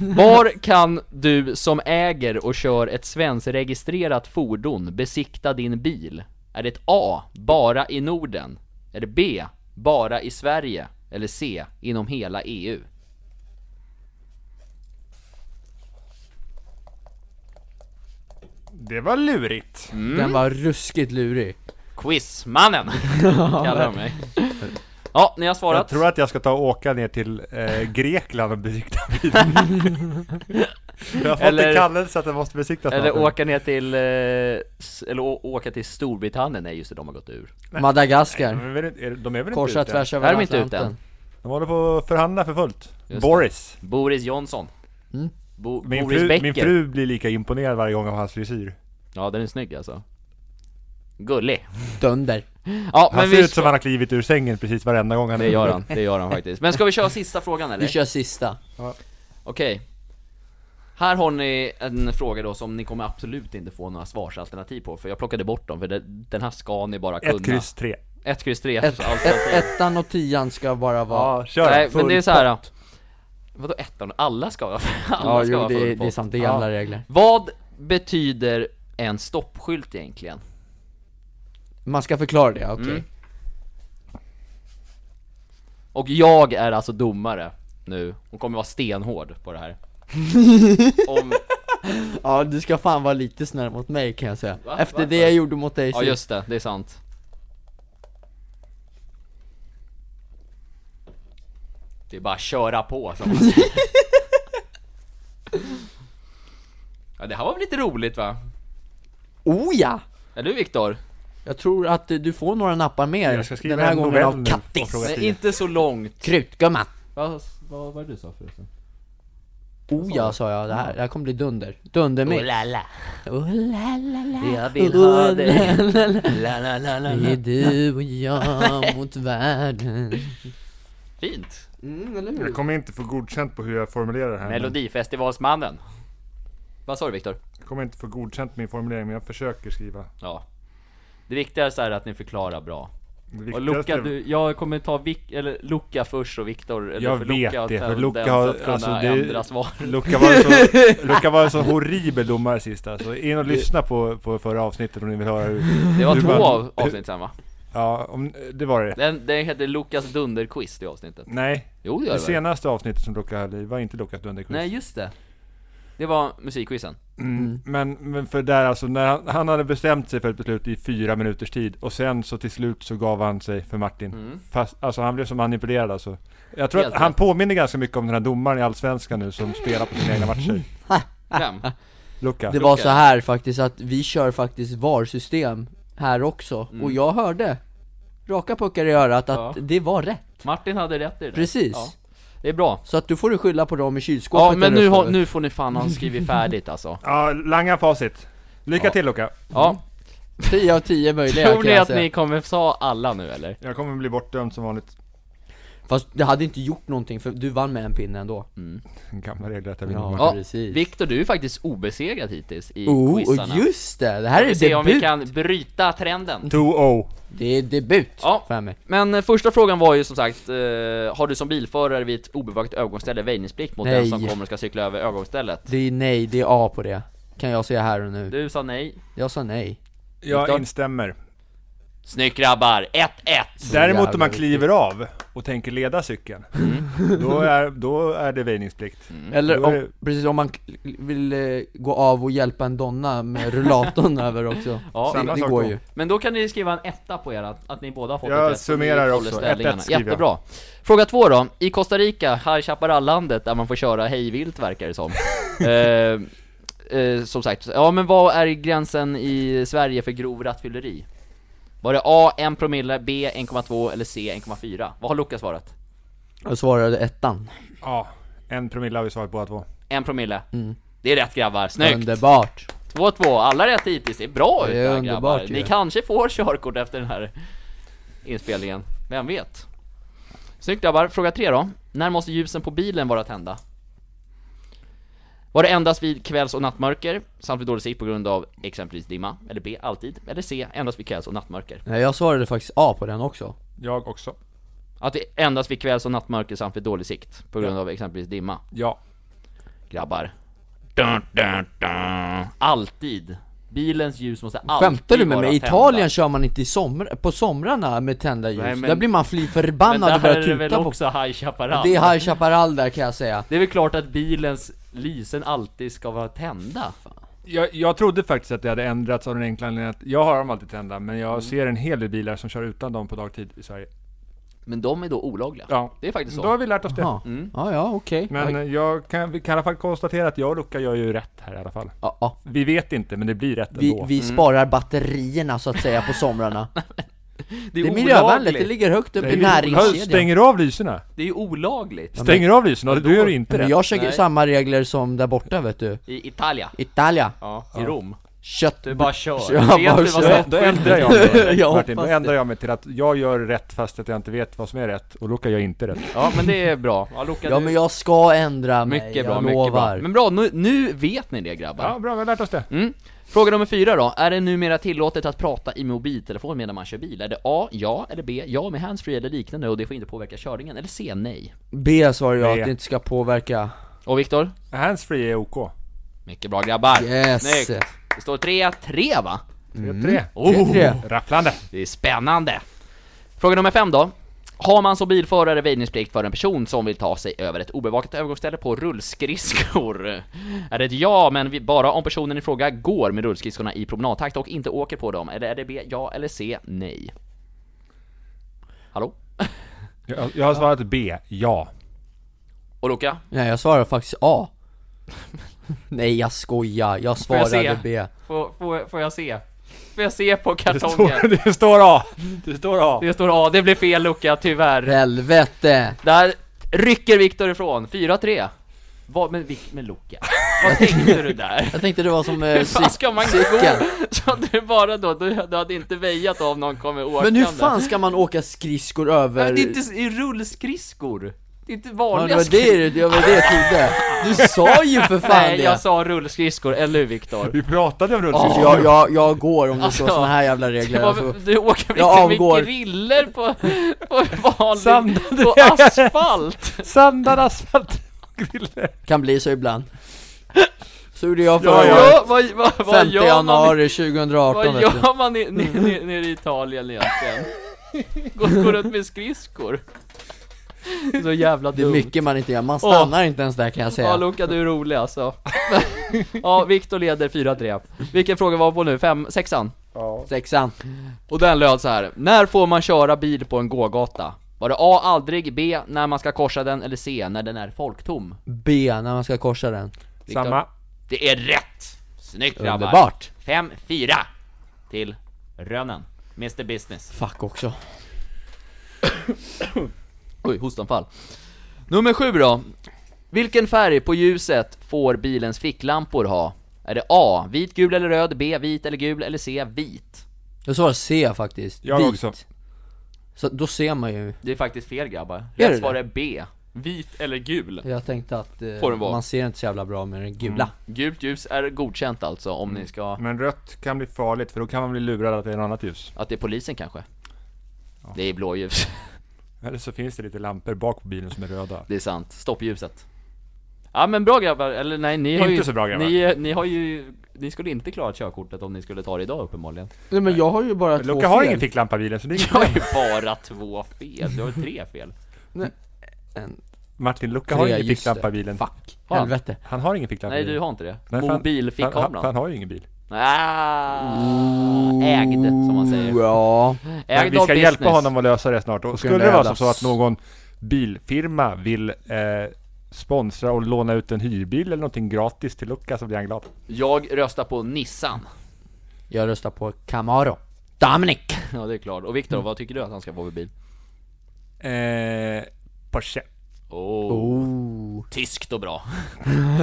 [SPEAKER 2] Var kan du som äger och kör ett svenskregistrerat fordon besikta din bil? Är det A. Bara i Norden? Är det B. Bara i Sverige? Eller C. Inom hela E EU?
[SPEAKER 4] Det var lurigt.
[SPEAKER 2] Mm.
[SPEAKER 3] den var ruskigt lurig
[SPEAKER 2] Quizmannen! Kallar de mig. Ja, ni har
[SPEAKER 4] Jag
[SPEAKER 2] svarat.
[SPEAKER 4] tror att jag ska ta och åka ner till eh, Grekland och besikta bilen. jag har fått
[SPEAKER 2] Eller-
[SPEAKER 4] en kallelse att jag måste besikta snart.
[SPEAKER 2] Eller åka ner till, eh, s- eller å- åka till Storbritannien, nej just det, de har gått ur.
[SPEAKER 4] De
[SPEAKER 3] Madagaskar,
[SPEAKER 4] är väl inte- är- de är väl inte
[SPEAKER 3] korsa
[SPEAKER 4] ute?
[SPEAKER 3] tvärs
[SPEAKER 2] Mm. Är
[SPEAKER 3] över
[SPEAKER 2] de inte ute än?
[SPEAKER 3] Atlanten
[SPEAKER 4] De håller på att förhandla för fullt.
[SPEAKER 2] Just det.
[SPEAKER 4] Boris.
[SPEAKER 2] Boris Johnson.
[SPEAKER 3] Mm.
[SPEAKER 2] Bo-
[SPEAKER 4] Min
[SPEAKER 2] Boris
[SPEAKER 4] fru,
[SPEAKER 2] Becker.
[SPEAKER 4] min fru blir lika imponerad varje gång av hans frisyr.
[SPEAKER 2] Ja, den är snygg alltså. Gullig.
[SPEAKER 3] Dunder
[SPEAKER 2] Ja,
[SPEAKER 4] Han
[SPEAKER 2] men
[SPEAKER 4] ser
[SPEAKER 2] vi...
[SPEAKER 4] ut som han har klivit ur sängen precis varenda gång han
[SPEAKER 2] Det gör han, det gör han faktiskt. Men ska vi köra sista frågan eller?
[SPEAKER 3] Vi kör sista
[SPEAKER 2] Okej. Här har ni en fråga då som ni kommer absolut inte få några svarsalternativ på, för jag plockade bort dem, för det, den här ska ni bara kunna.
[SPEAKER 4] Ett kryss tre.
[SPEAKER 2] Ett kryss tre
[SPEAKER 3] Ett,
[SPEAKER 2] alternativ.
[SPEAKER 3] ett, ettan och tian ska bara vara...
[SPEAKER 4] Ja, kör
[SPEAKER 2] Nej,
[SPEAKER 4] då.
[SPEAKER 2] men det är
[SPEAKER 4] Full
[SPEAKER 2] så här. Vadå ettan? Alla ska vara alla
[SPEAKER 3] Ja,
[SPEAKER 2] ska
[SPEAKER 3] jo,
[SPEAKER 2] vara
[SPEAKER 3] det,
[SPEAKER 2] full
[SPEAKER 3] det är
[SPEAKER 2] pott.
[SPEAKER 3] sant, det är gamla regler
[SPEAKER 2] Vad betyder en stoppskylt egentligen?
[SPEAKER 3] Man ska förklara det, okej
[SPEAKER 2] Mm. Och jag är alltså domare nu, och kommer vara stenhård på det här Om,
[SPEAKER 3] Ja du ska fan vara lite snäll mot mig kan jag säga
[SPEAKER 2] Va?
[SPEAKER 3] Efter
[SPEAKER 2] Varför?
[SPEAKER 3] det jag gjorde mot dig
[SPEAKER 2] ja
[SPEAKER 3] sist.
[SPEAKER 2] just det, det är sant Det är bara att köra på som man säger. Ja det här var väl lite roligt va?
[SPEAKER 3] Oh ja!
[SPEAKER 2] Eller hur Viktor?
[SPEAKER 3] Jag tror att eh, du får några nappar mer
[SPEAKER 4] Jag ska skriva
[SPEAKER 3] den här
[SPEAKER 4] en
[SPEAKER 3] gången
[SPEAKER 4] novell
[SPEAKER 3] av
[SPEAKER 4] nu
[SPEAKER 3] Kattis
[SPEAKER 4] och fråga-
[SPEAKER 2] Men inte så långt
[SPEAKER 3] Krutgumman!
[SPEAKER 2] Vad vad var det du sa förresten?
[SPEAKER 3] Oh ja sa jag, det här, det här kommer bli dunder Dunder med
[SPEAKER 2] Olala,
[SPEAKER 3] Oh la la la
[SPEAKER 2] jag vill ha
[SPEAKER 3] oh,
[SPEAKER 2] dig
[SPEAKER 3] la, la, la.
[SPEAKER 2] La, la, la, la,
[SPEAKER 3] Det är
[SPEAKER 2] la.
[SPEAKER 3] du och jag mot världen
[SPEAKER 2] Fint!
[SPEAKER 3] mm, eller
[SPEAKER 4] Jag kommer inte få godkänt på hur jag formulerar det här.
[SPEAKER 2] Melodifestivalsmannen Vad sa du Viktor?
[SPEAKER 4] Jag kommer inte få godkänt min formulering, men jag försöker skriva.
[SPEAKER 2] Ja Det viktiga är så här att ni förklarar bra
[SPEAKER 4] Det
[SPEAKER 2] Och Luca,
[SPEAKER 4] viktigaste-
[SPEAKER 2] du, jag kommer ta Vic, eller Luca först och Viktor eller
[SPEAKER 4] Jag
[SPEAKER 2] för
[SPEAKER 4] vet
[SPEAKER 2] Luca
[SPEAKER 4] det, för
[SPEAKER 2] tendens
[SPEAKER 4] Luca har-
[SPEAKER 2] att kunna
[SPEAKER 4] alltså, det-
[SPEAKER 2] ändra svar
[SPEAKER 4] Luca var så, Luca var så horribel domare sist alltså. In och lyssna på, på förra avsnittet om ni vill höra hur...
[SPEAKER 2] Det var
[SPEAKER 4] hur
[SPEAKER 2] två
[SPEAKER 4] man-
[SPEAKER 2] av, avsnitt sen va?
[SPEAKER 4] Ja, om, det var det.
[SPEAKER 2] Den, den hette Lukas Dunderquiz det avsnittet
[SPEAKER 4] Nej,
[SPEAKER 2] Jo det gör
[SPEAKER 4] det
[SPEAKER 2] det väl?
[SPEAKER 4] senaste avsnittet som Luca höll i var inte Lucas Dunderquiz.
[SPEAKER 2] Nej just det Det var musikquizen
[SPEAKER 4] Mm. Men, men för där alltså, när han, han hade bestämt sig för ett beslut i fyra minuters tid och sen så till slut så gav han sig för Martin. Fast, alltså han blev så manipulerad alltså. Jag tror
[SPEAKER 2] Mm. Helt
[SPEAKER 4] att han
[SPEAKER 2] rätt.
[SPEAKER 4] påminner ganska mycket om den här domaren i Allsvenskan nu som spelar på sina egna matcher.
[SPEAKER 2] Fem
[SPEAKER 4] Luca.
[SPEAKER 3] Det var så här faktiskt att vi kör faktiskt VAR-system här också, och jag hörde Raka puckar i örat att
[SPEAKER 2] Mm. Ja.
[SPEAKER 3] det var rätt,
[SPEAKER 2] Martin hade rätt i det där.
[SPEAKER 3] Precis.
[SPEAKER 2] ja. Det är bra
[SPEAKER 3] så att du får du skylla på dem i kylskåpet
[SPEAKER 2] Ja men
[SPEAKER 3] där
[SPEAKER 2] nu,
[SPEAKER 3] uppe.
[SPEAKER 2] har, nu får ni fan ha skrivit färdigt alltså
[SPEAKER 4] Ja, langa facit. Lycka
[SPEAKER 2] Ja.
[SPEAKER 4] till Luca.
[SPEAKER 2] Ja,
[SPEAKER 3] 10 av 10 möjliga
[SPEAKER 2] Mm. tror
[SPEAKER 3] kan
[SPEAKER 2] ni
[SPEAKER 3] jag
[SPEAKER 2] att
[SPEAKER 3] säga.
[SPEAKER 2] ni kommer sa alla nu eller?
[SPEAKER 4] Jag kommer bli bortdömd som vanligt.
[SPEAKER 3] Fast det hade inte gjort någonting för du vann med en pinne ändå
[SPEAKER 2] Mm,
[SPEAKER 4] Gamla regler att jag blir domare.
[SPEAKER 3] Ja,
[SPEAKER 2] Ja,
[SPEAKER 3] precis
[SPEAKER 2] Viktor du är faktiskt obesegrad hittills i
[SPEAKER 3] Oh,
[SPEAKER 2] quizarna
[SPEAKER 3] och just det! Det här
[SPEAKER 2] Vi
[SPEAKER 3] är
[SPEAKER 2] ser om vi
[SPEAKER 3] debut!
[SPEAKER 2] kan bryta trenden
[SPEAKER 4] 2-0.
[SPEAKER 3] Det är debut!
[SPEAKER 2] Ja.
[SPEAKER 3] För mig.
[SPEAKER 2] Men eh, första frågan var ju som sagt, eh, har du som bilförare vid ett obevakat övergångsställe väjningsplikt mot den
[SPEAKER 3] Nej.
[SPEAKER 2] som kommer och ska cykla över övergångsstället?
[SPEAKER 3] Det är nej, det är A på det Kan jag säga här och nu
[SPEAKER 2] Du sa nej,
[SPEAKER 3] Jag sa nej
[SPEAKER 4] Jag
[SPEAKER 2] Viktor?
[SPEAKER 4] instämmer.
[SPEAKER 2] Snyggt grabbar, 1-1!
[SPEAKER 4] Däremot om
[SPEAKER 3] jävla
[SPEAKER 4] man kliver av och tänker leda cykeln,
[SPEAKER 3] Mm.
[SPEAKER 4] då, är, då är det väjningsplikt.
[SPEAKER 2] Mm.
[SPEAKER 3] Eller
[SPEAKER 4] Då är
[SPEAKER 3] om, precis, om man k- vill eh, gå av och hjälpa en donna med rullatorn över också
[SPEAKER 2] Ja,
[SPEAKER 3] Det,
[SPEAKER 4] samma
[SPEAKER 3] det
[SPEAKER 4] sak
[SPEAKER 3] går
[SPEAKER 4] då.
[SPEAKER 3] ju
[SPEAKER 2] Men då kan ni skriva en etta på er, att, att ni båda har fått
[SPEAKER 4] Jag
[SPEAKER 2] ett rätt. så ni
[SPEAKER 4] summerar
[SPEAKER 2] håller
[SPEAKER 4] också. Ett,
[SPEAKER 2] ställningarna.
[SPEAKER 4] ett skriver jag.
[SPEAKER 2] Jättebra. Fråga två då. I Costa Rica, High Chaparral-landet, där man får köra hejvilt verkar det som. eh, eh, som sagt, ja men vad är gränsen i Sverige för grov rattfylleri? Var det A 1 promille, B 1,2 eller C 1,4? Vad har Lukas svarat?
[SPEAKER 3] Jag svarade ettan
[SPEAKER 4] Ja, en promille har vi svarat båda två.
[SPEAKER 2] 1 promille.
[SPEAKER 3] Mm.
[SPEAKER 2] Det är rätt grabbar, snyggt!
[SPEAKER 3] Underbart!
[SPEAKER 2] 2-2, alla rätt hittills, det är bra
[SPEAKER 3] Det
[SPEAKER 2] ut
[SPEAKER 3] är
[SPEAKER 2] det här
[SPEAKER 3] underbart ju.
[SPEAKER 2] grabbar. Ni kanske får körkort efter den här inspelningen, vem vet? Snyggt grabbar, fråga tre då. När måste ljusen på bilen vara tända? Var det endast vid kvälls och nattmörker, samt vid dålig sikt på grund av exempelvis dimma? Eller B, alltid? Eller C, endast vid kvälls och nattmörker?
[SPEAKER 3] Nej jag svarade faktiskt A på den också
[SPEAKER 4] Jag också.
[SPEAKER 2] Att det är endast vid kvälls och nattmörker samt vid dålig sikt, på grund av exempelvis dimma?
[SPEAKER 4] Ja.
[SPEAKER 2] Grabbar. Dun, dun, dun. Alltid. Bilens ljus måste alltid
[SPEAKER 3] Skämtar du med mig?
[SPEAKER 2] vara
[SPEAKER 3] I
[SPEAKER 2] tända.
[SPEAKER 3] Italien kör man inte i somr- på somrarna med tända ljus,
[SPEAKER 2] Nej, men-
[SPEAKER 3] där blir man fly
[SPEAKER 2] Men
[SPEAKER 3] förbannad
[SPEAKER 2] där
[SPEAKER 3] och börjar
[SPEAKER 2] är det väl
[SPEAKER 3] tuta på
[SPEAKER 2] också High Chaparral?
[SPEAKER 3] Det är High Chaparral där kan jag säga
[SPEAKER 2] Det är väl klart att bilens lysen alltid ska vara tända?
[SPEAKER 4] Jag, jag trodde faktiskt att det hade ändrats av den enkla anledningen att jag har dem alltid tända, men jag
[SPEAKER 3] Mm.
[SPEAKER 4] ser en hel del bilar som kör utan dem på dagtid i Sverige.
[SPEAKER 2] Men de är då olagliga.
[SPEAKER 4] Ja.
[SPEAKER 2] Det är faktiskt
[SPEAKER 4] Då har
[SPEAKER 2] så.
[SPEAKER 4] vi lärt oss det.
[SPEAKER 3] Ja,
[SPEAKER 2] Mm.
[SPEAKER 3] ja, ja okej
[SPEAKER 4] Men
[SPEAKER 3] Ja,
[SPEAKER 4] eh, jag kan, vi kan i alla fall konstatera att jag och Luca gör ju rätt här i alla fall.
[SPEAKER 3] ja, ja.
[SPEAKER 4] Vi vet inte, men det blir rätt
[SPEAKER 3] Vi,
[SPEAKER 4] ändå.
[SPEAKER 3] vi
[SPEAKER 2] Mm.
[SPEAKER 3] sparar batterierna så att säga på somrarna
[SPEAKER 2] Det
[SPEAKER 3] Det är miljövänligt, det ligger högt upp
[SPEAKER 4] Nej,
[SPEAKER 3] i
[SPEAKER 4] vi-
[SPEAKER 3] näringskedjan
[SPEAKER 4] Stänger av lyserna!
[SPEAKER 2] Det är ju olagligt.
[SPEAKER 4] Stänger av lyserna, då gör du inte
[SPEAKER 3] Nej,
[SPEAKER 4] rätt.
[SPEAKER 3] Men jag kör
[SPEAKER 2] Nej.
[SPEAKER 3] samma regler som där borta vet du
[SPEAKER 2] I Italia.
[SPEAKER 3] Italia,
[SPEAKER 2] Ja. I Rom.
[SPEAKER 3] kött
[SPEAKER 2] Du bara kör.
[SPEAKER 3] Ja, bara
[SPEAKER 2] Vet du vad
[SPEAKER 3] kör.
[SPEAKER 4] Då,
[SPEAKER 2] som-
[SPEAKER 4] då ändrar jag mig,
[SPEAKER 3] Jag
[SPEAKER 4] Martin. Då
[SPEAKER 3] hoppas det.
[SPEAKER 4] ändrar jag mig till att jag gör rätt fast att jag inte vet vad som är rätt och Luca gör inte rätt.
[SPEAKER 2] Ja men det är bra. Ja, Luca,
[SPEAKER 3] Ja
[SPEAKER 2] du-
[SPEAKER 3] men jag ska ändra mig,
[SPEAKER 2] mycket
[SPEAKER 3] jag
[SPEAKER 2] bra,
[SPEAKER 3] lovar
[SPEAKER 2] mycket bra. Men bra, nu, nu vet ni det grabbar.
[SPEAKER 4] Ja, bra, vi har lärt oss det.
[SPEAKER 2] Mm. Fråga nummer fyra då. Är det numera tillåtet att prata i mobiltelefon medan man kör bil? Är det A, ja, eller B, ja med handsfree eller liknande och det får inte påverka körningen? Eller C, nej?
[SPEAKER 3] B svarar jag,
[SPEAKER 4] B.
[SPEAKER 3] att det inte ska påverka
[SPEAKER 2] Och Viktor?
[SPEAKER 4] Handsfree är OK.
[SPEAKER 2] Mycket bra grabbar!
[SPEAKER 3] Yes.
[SPEAKER 2] Snyggt! Det står 3-3 va?
[SPEAKER 4] 3-3.
[SPEAKER 2] Oh,
[SPEAKER 3] Tre.
[SPEAKER 4] Rafflande.
[SPEAKER 2] det är spännande! Fråga nummer fem då. Har man som bilförare väjningsplikt för en person som vill ta sig över ett obevakat övergångsställe på rullskridskor? Är det ett ja, men vi- bara om personen i fråga går med rullskridskorna i promenadtakt och inte åker på dem? Eller är det B, ja eller C, nej? Hallå?
[SPEAKER 4] Jag, jag har svarat B, ja.
[SPEAKER 2] Och Luka?
[SPEAKER 3] Nej jag svarar faktiskt A Nej jag skojar, jag
[SPEAKER 2] jag
[SPEAKER 3] svarade
[SPEAKER 2] se?
[SPEAKER 3] B
[SPEAKER 2] Får, får, får jag se? Får jag se på
[SPEAKER 4] Det
[SPEAKER 2] kartongen?
[SPEAKER 4] står, det står A. Det står A.
[SPEAKER 2] Det står A, det blev fel Luka, tyvärr.
[SPEAKER 3] Helvete!
[SPEAKER 2] Där rycker Viktor ifrån, 4-3 Vad, men, Vic- men Loka, vad tänkte du där?
[SPEAKER 3] Jag tänkte det var som eh,
[SPEAKER 2] Hur fan
[SPEAKER 3] cyk-
[SPEAKER 2] ska man
[SPEAKER 3] cykeln
[SPEAKER 2] gå? Så att du bara då, du, du hade inte väjat om någon kommer åkande
[SPEAKER 3] Men hur fan ska man åka skridskor över...
[SPEAKER 2] Men det är inte s- i rullskridskor! Det är inte
[SPEAKER 3] Ja, det
[SPEAKER 2] vanliga
[SPEAKER 3] var det, det var det jag trodde! Du sa ju för fan
[SPEAKER 2] Nej,
[SPEAKER 3] det!
[SPEAKER 2] jag sa rullskridskor, eller hur Viktor?
[SPEAKER 4] Vi pratade om
[SPEAKER 3] Så
[SPEAKER 4] rullskridskor.
[SPEAKER 3] jag, jag, jag går om det
[SPEAKER 2] Alltså,
[SPEAKER 3] står såna här jävla
[SPEAKER 2] Det
[SPEAKER 3] regler
[SPEAKER 2] var,
[SPEAKER 3] alltså.
[SPEAKER 2] du åker
[SPEAKER 3] Jag
[SPEAKER 2] väl inte
[SPEAKER 3] avgår.
[SPEAKER 2] med griller på, på vanlig,
[SPEAKER 4] Sandade
[SPEAKER 2] på
[SPEAKER 4] vägar.
[SPEAKER 2] asfalt?
[SPEAKER 4] Sandad, asfalt, griller.
[SPEAKER 3] Kan bli så ibland Så gjorde jag
[SPEAKER 4] Ja,
[SPEAKER 3] förra
[SPEAKER 4] ja.
[SPEAKER 3] året,
[SPEAKER 2] Ja, vad, vad, vad
[SPEAKER 3] 5
[SPEAKER 2] gör man
[SPEAKER 3] januari 2018
[SPEAKER 2] Vad
[SPEAKER 3] vet du.
[SPEAKER 2] gör man i- ni- ni- nere i Italien egentligen? Går, går runt med skridskor? Så jävla
[SPEAKER 3] Det är
[SPEAKER 2] dumt.
[SPEAKER 3] mycket man inte gör, man stannar inte ens där kan jag
[SPEAKER 2] Ja
[SPEAKER 3] säga
[SPEAKER 2] Luka, du är rolig alltså. ja, Viktor leder 4-3. Vilken fråga var vi på nu? Fem, sexan?
[SPEAKER 3] Sexan,
[SPEAKER 2] Och den löd så här. När får man köra bil på en gågata? Var det A. Aldrig, B. När man ska korsa den, eller C. När den är folktom?
[SPEAKER 3] B när man ska korsa den
[SPEAKER 2] Viktor?
[SPEAKER 4] Samma.
[SPEAKER 2] Det är rätt! Snyggt grabbar!
[SPEAKER 3] Underbart!
[SPEAKER 2] 5-4 till Rönnen. Mr Business.
[SPEAKER 3] Fuck också
[SPEAKER 2] Oj, hostanfall. Nummer sju då. Vilken färg på ljuset får bilens ficklampor ha? Är det A. Vit, gul eller röd? B. Vit eller gul? Eller C. Vit?
[SPEAKER 3] Jag svarar C faktiskt,
[SPEAKER 4] Jag
[SPEAKER 3] vit
[SPEAKER 4] också.
[SPEAKER 3] Så då ser man ju
[SPEAKER 2] Det är faktiskt fel grabbar.
[SPEAKER 3] det
[SPEAKER 2] Rätt
[SPEAKER 3] det?
[SPEAKER 2] svar är B. Vit eller gul?
[SPEAKER 3] Jag tänkte att eh,
[SPEAKER 2] Får den vara. Mm.
[SPEAKER 3] man ser inte så jävla bra med den gula
[SPEAKER 2] Gult ljus är godkänt alltså om ni ska...
[SPEAKER 4] Men rött kan bli farligt för då kan man bli lurad att det är något annat ljus.
[SPEAKER 2] Att det är polisen kanske? Det är blåljus.
[SPEAKER 4] Eller så finns det lite lampor bak på bilen som är röda.
[SPEAKER 2] Det är sant. Stoppljuset. Ja men bra grabbar, eller nej ni har
[SPEAKER 4] Inte
[SPEAKER 2] ju...
[SPEAKER 4] så bra grabbar.
[SPEAKER 2] Ni, ni har ju ni skulle inte klara körkortet om ni skulle ta det idag uppenbarligen.
[SPEAKER 3] Nej men jag har ju bara två
[SPEAKER 4] Loke har
[SPEAKER 3] fel.
[SPEAKER 4] ingen ficklampa i bilen så det är
[SPEAKER 2] Jag har ju bara två fel, du har ju tre fel.
[SPEAKER 4] Martin, Luca har
[SPEAKER 3] Tre,
[SPEAKER 4] ingen
[SPEAKER 3] just
[SPEAKER 4] ficklampa i
[SPEAKER 3] det.
[SPEAKER 4] bilen.
[SPEAKER 3] Fuck,
[SPEAKER 2] Fan.
[SPEAKER 3] helvete
[SPEAKER 4] Han har ingen ficklampa i
[SPEAKER 2] Nej
[SPEAKER 4] bilen.
[SPEAKER 2] du har inte det.
[SPEAKER 4] Nej, för han- Han, han,
[SPEAKER 2] Mobilfickkameran.
[SPEAKER 4] han har ju ingen bil.
[SPEAKER 2] Ah, ägd som man säger.
[SPEAKER 3] Ja,
[SPEAKER 4] Men
[SPEAKER 2] Ägd
[SPEAKER 4] vi
[SPEAKER 2] av
[SPEAKER 4] ska hjälpa
[SPEAKER 2] business.
[SPEAKER 4] honom att lösa det snart. Och skulle
[SPEAKER 3] en
[SPEAKER 4] det vara som
[SPEAKER 3] röd
[SPEAKER 4] så att
[SPEAKER 3] lass.
[SPEAKER 4] någon bilfirma vill eh, sponsra och låna ut en hyrbil eller någonting gratis till Luca så blir han glad.
[SPEAKER 2] Jag röstar på Nissan.
[SPEAKER 3] jag röstar på Camaro Dominic!
[SPEAKER 2] Ja det är klart. Och Viktor, vad tycker du att han ska få för bil?
[SPEAKER 4] Eh, Porsche.
[SPEAKER 2] Oh,
[SPEAKER 3] Oh.
[SPEAKER 2] Tyskt och bra.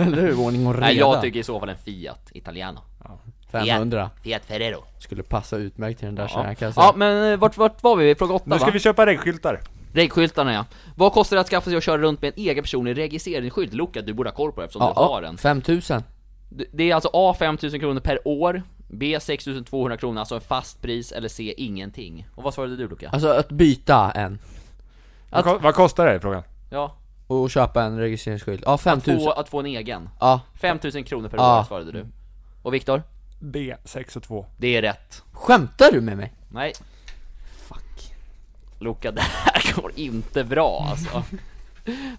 [SPEAKER 3] Eller hur? Ordning och reda
[SPEAKER 2] Nej jag tycker i så fall en Fiat Italiano.
[SPEAKER 3] 500
[SPEAKER 2] Fiat Ferrero.
[SPEAKER 3] skulle passa utmärkt till den där
[SPEAKER 2] Ja,
[SPEAKER 3] kärnan kan jag säga
[SPEAKER 2] ja men eh, vart, vart var vi? Fråga 8
[SPEAKER 4] Nu ska
[SPEAKER 2] va?
[SPEAKER 4] vi köpa reggskyltar.
[SPEAKER 2] Regskyltarna ja. Vad kostar det att skaffa sig och köra runt med en egen personlig registreringsskylt? Luka, du borde ha koll på det eftersom du har den.
[SPEAKER 3] 5000
[SPEAKER 2] D- Det är alltså A 5000 kronor per år, B 6200 kronor, alltså en fast pris, eller C ingenting. Och vad svarade du Luka?
[SPEAKER 3] Alltså att byta en
[SPEAKER 4] Vad ko- Vad kostar det? är Frågan.
[SPEAKER 2] Ja,
[SPEAKER 3] och köpa en registreringsskylt, ja 5000
[SPEAKER 2] få, att få en egen.
[SPEAKER 3] Ja,
[SPEAKER 2] 5000 kronor per
[SPEAKER 3] Ja.
[SPEAKER 2] år svarade du. Och Viktor?
[SPEAKER 4] B, 6 och 2.
[SPEAKER 2] Det är rätt.
[SPEAKER 3] skämtar du med mig?
[SPEAKER 2] Nej. Luka, det här går inte bra alltså.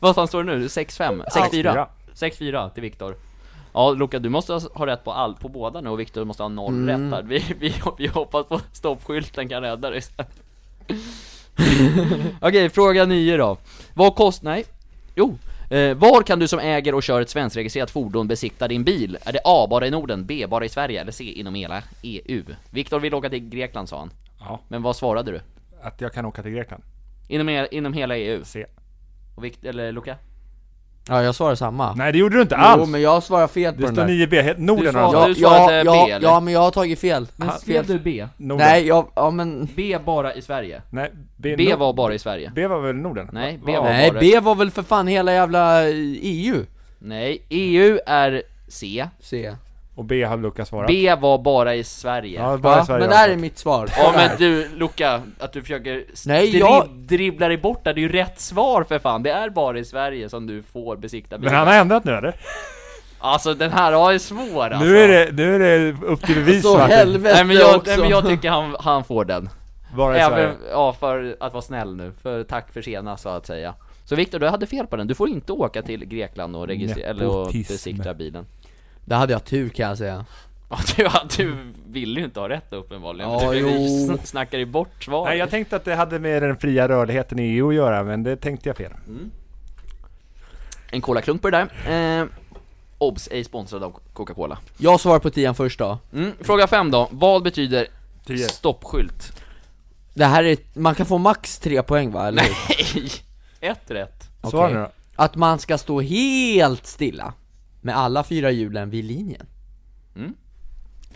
[SPEAKER 2] Vad fan står det nu? 6-5? 6-4? 6-4 till Viktor. Ja Luka, du måste ha rätt på allt, på båda nu och Viktor måste ha noll rätt här. Vi, vi, vi hoppas på stoppskylten kan rädda dig sen. Okej, fråga 9 då. Vad kost... Nej. Jo. Eh, var kan du som äger och kör ett svenskregistrerat fordon besikta din bil? Är det A bara i Norden, B bara i Sverige eller C inom hela EU? Viktor vill åka till Grekland sa han.
[SPEAKER 4] Ja,
[SPEAKER 2] Men vad svarade du?
[SPEAKER 4] att jag kan åka till Grekland.
[SPEAKER 2] Inom, he- inom hela EU?
[SPEAKER 4] C.
[SPEAKER 2] Och Vikt, eller Luca?
[SPEAKER 3] Ja jag svarar samma
[SPEAKER 4] Nej det gjorde du inte alls!
[SPEAKER 3] Jo men jag svarar fel på
[SPEAKER 4] det
[SPEAKER 3] den
[SPEAKER 4] står
[SPEAKER 3] där
[SPEAKER 4] 9B, helt Norden har alltså-
[SPEAKER 2] Du
[SPEAKER 4] ja.
[SPEAKER 2] svarade-
[SPEAKER 3] ja,
[SPEAKER 2] du svarade
[SPEAKER 3] ja,
[SPEAKER 2] B,
[SPEAKER 3] ja,
[SPEAKER 2] eller?
[SPEAKER 3] ja men jag har tagit fel
[SPEAKER 2] Men
[SPEAKER 3] fel.
[SPEAKER 2] skrev du B?
[SPEAKER 4] Norden.
[SPEAKER 3] Nej jag, ja men
[SPEAKER 2] B bara i Sverige?
[SPEAKER 4] Nej, B,
[SPEAKER 2] B
[SPEAKER 4] Nor-
[SPEAKER 2] var bara i Sverige?
[SPEAKER 4] B var väl Norden?
[SPEAKER 2] Nej,
[SPEAKER 4] Va-
[SPEAKER 2] B
[SPEAKER 4] va-
[SPEAKER 2] var-
[SPEAKER 3] Nej,
[SPEAKER 2] det?
[SPEAKER 3] B var väl för fan hela jävla eh, EU?
[SPEAKER 2] Nej, EU är C
[SPEAKER 3] C.
[SPEAKER 4] Och B har Lukas svarat.
[SPEAKER 2] B var bara i Sverige
[SPEAKER 4] Ja,
[SPEAKER 2] Ja,
[SPEAKER 4] bara
[SPEAKER 3] Va?
[SPEAKER 4] i Sverige.
[SPEAKER 3] Men
[SPEAKER 4] alltså.
[SPEAKER 3] där är mitt svar.
[SPEAKER 2] men du Luca, att du försöker
[SPEAKER 3] Nej,
[SPEAKER 2] dribb-
[SPEAKER 3] jag-
[SPEAKER 2] dribbla dig bort där, det är ju rätt svar för fan Det är bara i Sverige som du får besikta
[SPEAKER 4] Men
[SPEAKER 2] bilen
[SPEAKER 4] han har ändrat nu eller?
[SPEAKER 2] Alltså den här ja, Alltså, är svår alltså
[SPEAKER 4] Nu, är det, nu är det upp till bevis
[SPEAKER 3] Så
[SPEAKER 4] Martin.
[SPEAKER 3] helvete
[SPEAKER 2] Nej men jag,
[SPEAKER 3] också.
[SPEAKER 2] nej, men jag tycker han, han får den
[SPEAKER 4] Bara i Sverige.
[SPEAKER 2] Även, ja för att vara snäll nu, för tack för sena så att säga Så Viktor, du hade fel på den, du får inte åka till Grekland och registrera, eller och
[SPEAKER 4] Nepotism.
[SPEAKER 2] besikta bilen
[SPEAKER 3] Där hade jag tur kan jag säga.
[SPEAKER 2] Ja, du, du vill ju inte ha rätt uppenbarligen,
[SPEAKER 3] Ja,
[SPEAKER 2] du vill ju
[SPEAKER 3] jo.
[SPEAKER 2] sn- snackar ju bort svaret
[SPEAKER 4] Nej, jag tänkte att det hade med den fria rörligheten i EU att göra, men det tänkte jag fel.
[SPEAKER 2] Mm, En colaklunk på det där. Eh, obs, ej sponsrad av Coca-Cola.
[SPEAKER 3] Jag svarar på tian först då.
[SPEAKER 2] Mm, fråga 5 då. Vad betyder
[SPEAKER 4] Tio.
[SPEAKER 2] stoppskylt?
[SPEAKER 3] Det här är, man kan få max tre poäng va, eller hur?
[SPEAKER 2] Nej! Ett rätt.
[SPEAKER 4] Så
[SPEAKER 3] Okej.
[SPEAKER 4] nu då.
[SPEAKER 3] Att man ska stå helt stilla. Med alla fyra hjulen vid linjen.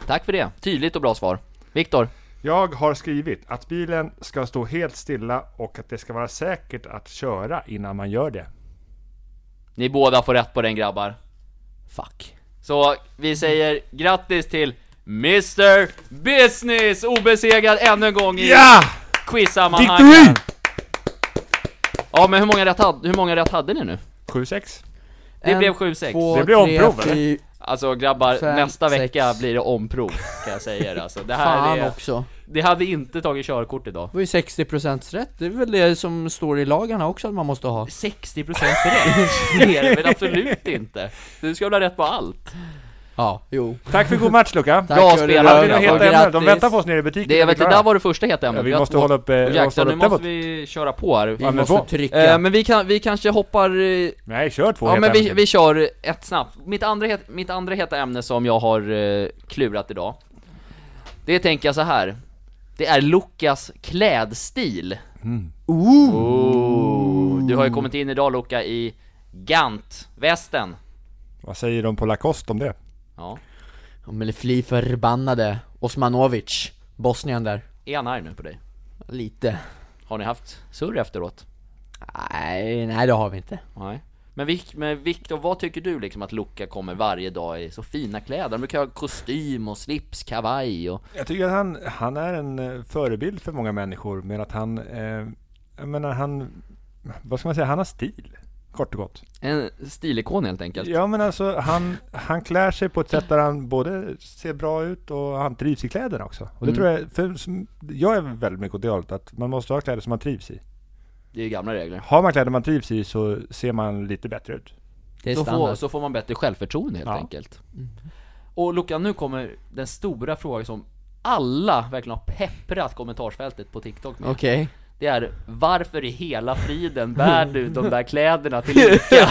[SPEAKER 2] Tack för det. Tydligt och bra svar. Viktor,
[SPEAKER 4] Jag har skrivit att bilen ska stå helt stilla och att det ska vara säkert att köra innan man gör det.
[SPEAKER 2] ni båda får rätt på den grabbar.
[SPEAKER 3] Fuck.
[SPEAKER 2] Så vi säger grattis till Mr Business! Obesegrad ännu en gång i
[SPEAKER 4] Ja!
[SPEAKER 2] quizsammanhang.
[SPEAKER 4] Victory!
[SPEAKER 2] Ja men hur många rätt, hade- hur många rätt hade ni nu?
[SPEAKER 4] 7-6.
[SPEAKER 2] Det
[SPEAKER 3] En,
[SPEAKER 2] blev 7-6.
[SPEAKER 3] två,
[SPEAKER 4] Det blir omprov,
[SPEAKER 3] tre, fy-
[SPEAKER 2] Alltså grabbar,
[SPEAKER 3] Fem,
[SPEAKER 2] nästa
[SPEAKER 3] sex.
[SPEAKER 2] vecka blir det omprov kan jag säga er alltså. Det här
[SPEAKER 3] Fan
[SPEAKER 2] är,
[SPEAKER 3] också.
[SPEAKER 2] det hade inte tagit körkort idag.
[SPEAKER 3] Det var ju 60% rätt, det är väl det som står i lagarna också att man måste ha.
[SPEAKER 2] 60% rätt? Det är det väl absolut inte? Du ska väl ha rätt på allt?
[SPEAKER 3] Ja, jo.
[SPEAKER 4] Tack för god match Luca.
[SPEAKER 3] Tack
[SPEAKER 2] Bra
[SPEAKER 3] för det,
[SPEAKER 2] spelat,
[SPEAKER 4] Hade
[SPEAKER 3] Laura,
[SPEAKER 4] vi något
[SPEAKER 2] grabbar.
[SPEAKER 4] heta
[SPEAKER 3] och
[SPEAKER 4] ämne? De
[SPEAKER 3] grattis.
[SPEAKER 4] väntar på oss nere i butiken.
[SPEAKER 2] Det, jag vet, det där var det första heta
[SPEAKER 4] ja,
[SPEAKER 2] ämnet.
[SPEAKER 4] vi
[SPEAKER 2] har
[SPEAKER 4] måste
[SPEAKER 2] två-
[SPEAKER 4] hålla upp... Eh, vi måste
[SPEAKER 2] Jäklar,
[SPEAKER 4] hålla
[SPEAKER 2] nu
[SPEAKER 4] upp
[SPEAKER 2] måste
[SPEAKER 4] måste
[SPEAKER 2] vi köra på här.
[SPEAKER 3] Vi
[SPEAKER 4] men
[SPEAKER 3] måste
[SPEAKER 4] vad-
[SPEAKER 2] Eh,
[SPEAKER 3] trycka.
[SPEAKER 2] men vi, kan, vi kanske hoppar... eh,
[SPEAKER 4] Nej, kör två
[SPEAKER 2] Ja
[SPEAKER 4] heta
[SPEAKER 2] men vi,
[SPEAKER 4] ämnen.
[SPEAKER 2] vi kör ett snabbt. Mitt andra, het, mitt andra heta ämne som jag har eh, klurat idag. Det tänker jag så här. Det är Lukas klädstil.
[SPEAKER 3] Ooh.
[SPEAKER 2] Oh, du har ju kommit in idag Luca i Gant-västen.
[SPEAKER 4] Vad säger de på Lacoste om det?
[SPEAKER 2] Ja,
[SPEAKER 3] De är fly förbannade Osmanovic, Bosnien där,
[SPEAKER 2] är han arg nu på dig?
[SPEAKER 3] lite
[SPEAKER 2] Har ni haft surr efteråt?
[SPEAKER 3] Nej, nej det har vi inte
[SPEAKER 2] Nej. Men, Vic, men Viktor, vad tycker du liksom att Luca kommer varje dag i så fina kläder? Han brukar ha kostym och slips, kavaj och...
[SPEAKER 4] Jag tycker att han, han är en eh, förebild för många människor med att han, eh, jag menar han, vad ska man säga, han har stil. Kort och gott.
[SPEAKER 2] En stilikon helt enkelt.
[SPEAKER 4] Ja men alltså han, han klär sig på ett sätt där han både ser bra ut och han trivs i kläderna också. Och det
[SPEAKER 2] Mm.
[SPEAKER 4] tror jag, för som, jag är väldigt mycket åt det hållet att man måste ha kläder som man trivs i.
[SPEAKER 2] Det är ju gamla regler.
[SPEAKER 4] Har man kläder man trivs i så ser man lite bättre ut.
[SPEAKER 3] Det är
[SPEAKER 2] Så får,
[SPEAKER 3] standard.
[SPEAKER 2] så får man bättre självförtroende helt
[SPEAKER 4] Ja.
[SPEAKER 2] enkelt. Och Luka, nu kommer den stora frågan som alla verkligen har pepprat kommentarsfältet på TikTok med.
[SPEAKER 3] Okej.
[SPEAKER 2] Det är varför i hela friden bär du de där kläderna till Ica?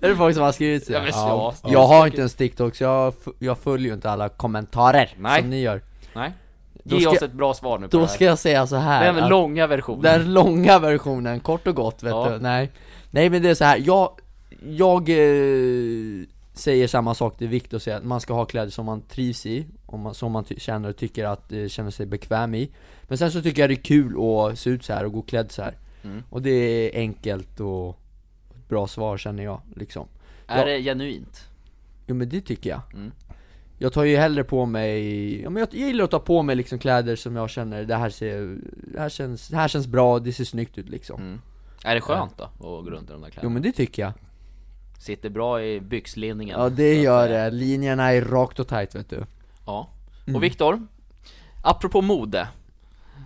[SPEAKER 3] Är det folk som har skrivit så?
[SPEAKER 2] Ja, men så- ja.
[SPEAKER 3] Jag har inte ens TikTok så jag, f- jag följer ju inte alla kommentarer
[SPEAKER 2] Nej.
[SPEAKER 3] som ni gör
[SPEAKER 2] Nej.
[SPEAKER 3] Då
[SPEAKER 2] Ge
[SPEAKER 3] ska-
[SPEAKER 2] oss ett bra svar nu på
[SPEAKER 3] Då
[SPEAKER 2] det
[SPEAKER 3] ska
[SPEAKER 2] här.
[SPEAKER 3] jag säga så här
[SPEAKER 2] Den
[SPEAKER 3] att-
[SPEAKER 2] långa versionen.
[SPEAKER 3] Den långa versionen, kort och gott vet
[SPEAKER 2] Ja.
[SPEAKER 3] du, nej Nej men det är så här. jag, jag eh, säger samma sak till Viktor säger att man ska ha kläder som man trivs i, om man, som man ty- känner och tycker att, eh, känner sig bekväm i Men sen så tycker jag det är kul att se ut så här och gå klädd så här
[SPEAKER 2] Mm.
[SPEAKER 3] Och det är enkelt och ett bra svar känner jag liksom
[SPEAKER 2] Är det genuint?
[SPEAKER 3] Jo men det tycker jag
[SPEAKER 2] Mm.
[SPEAKER 3] Jag tar ju hellre på mig, ja, men jag, jag gillar att ta på mig liksom kläder som jag känner, det här ser, det här känns, det här känns bra, det ser snyggt ut liksom
[SPEAKER 2] Mm. Är det skönt då? Att gå runt i de där
[SPEAKER 3] Jo
[SPEAKER 2] kläderna?
[SPEAKER 3] men det tycker jag
[SPEAKER 2] Sitter bra i byxlinningen?
[SPEAKER 3] Ja det gör det, linjerna är rakt och tight vet du
[SPEAKER 2] Ja. Och Viktor, apropå mode.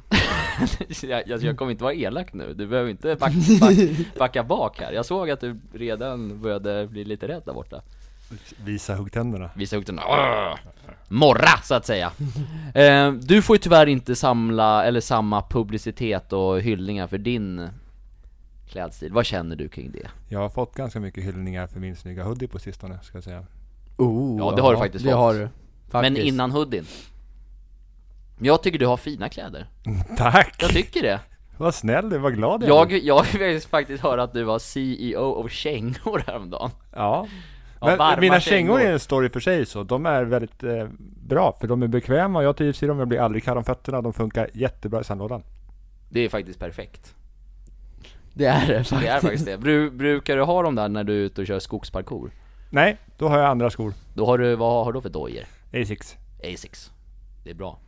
[SPEAKER 2] jag, jag, jag kommer inte vara elak nu, du behöver inte back, back, backa bak här. Jag såg att du redan började bli lite rädd där borta.
[SPEAKER 4] Visa huggtänderna.
[SPEAKER 2] Visa upp den, Åh! morra så att säga. Eh, du får ju tyvärr inte samla, eller samma publicitet och hyllningar för din klädstil. Vad känner du kring det?
[SPEAKER 4] Jag har fått ganska mycket hyllningar för min snygga hoodie på sistone ska jag säga.
[SPEAKER 3] oh,
[SPEAKER 2] Ja, det har du faktiskt
[SPEAKER 3] det
[SPEAKER 2] fått.
[SPEAKER 3] har du faktiskt.
[SPEAKER 2] Men innan hoodien. Jag tycker du har fina kläder.
[SPEAKER 4] Tack!
[SPEAKER 2] Jag tycker det.
[SPEAKER 4] Vad snäll du, vad glad
[SPEAKER 2] Jag,
[SPEAKER 4] blir.
[SPEAKER 2] jag vill faktiskt höra att du var E CEO av kängor häromdagen.
[SPEAKER 4] Ja.
[SPEAKER 2] Ja,
[SPEAKER 4] Men
[SPEAKER 2] varma
[SPEAKER 4] mina kängor
[SPEAKER 2] kängor.
[SPEAKER 4] är en story för sig så, de är väldigt eh, bra för de är bekväma, jag trivs i dem, jag blir aldrig kall om fötterna, de funkar jättebra i sandlådan.
[SPEAKER 2] Det är faktiskt perfekt.
[SPEAKER 3] Det är det
[SPEAKER 2] Det är
[SPEAKER 3] faktiskt
[SPEAKER 2] faktiskt det. Bru, brukar du ha dem där när du är ute och kör skogsparkour?
[SPEAKER 4] Nej, då har jag andra skor.
[SPEAKER 2] Då har du, vad har du för dojer?
[SPEAKER 4] Asics.
[SPEAKER 2] Asics. Det är bra.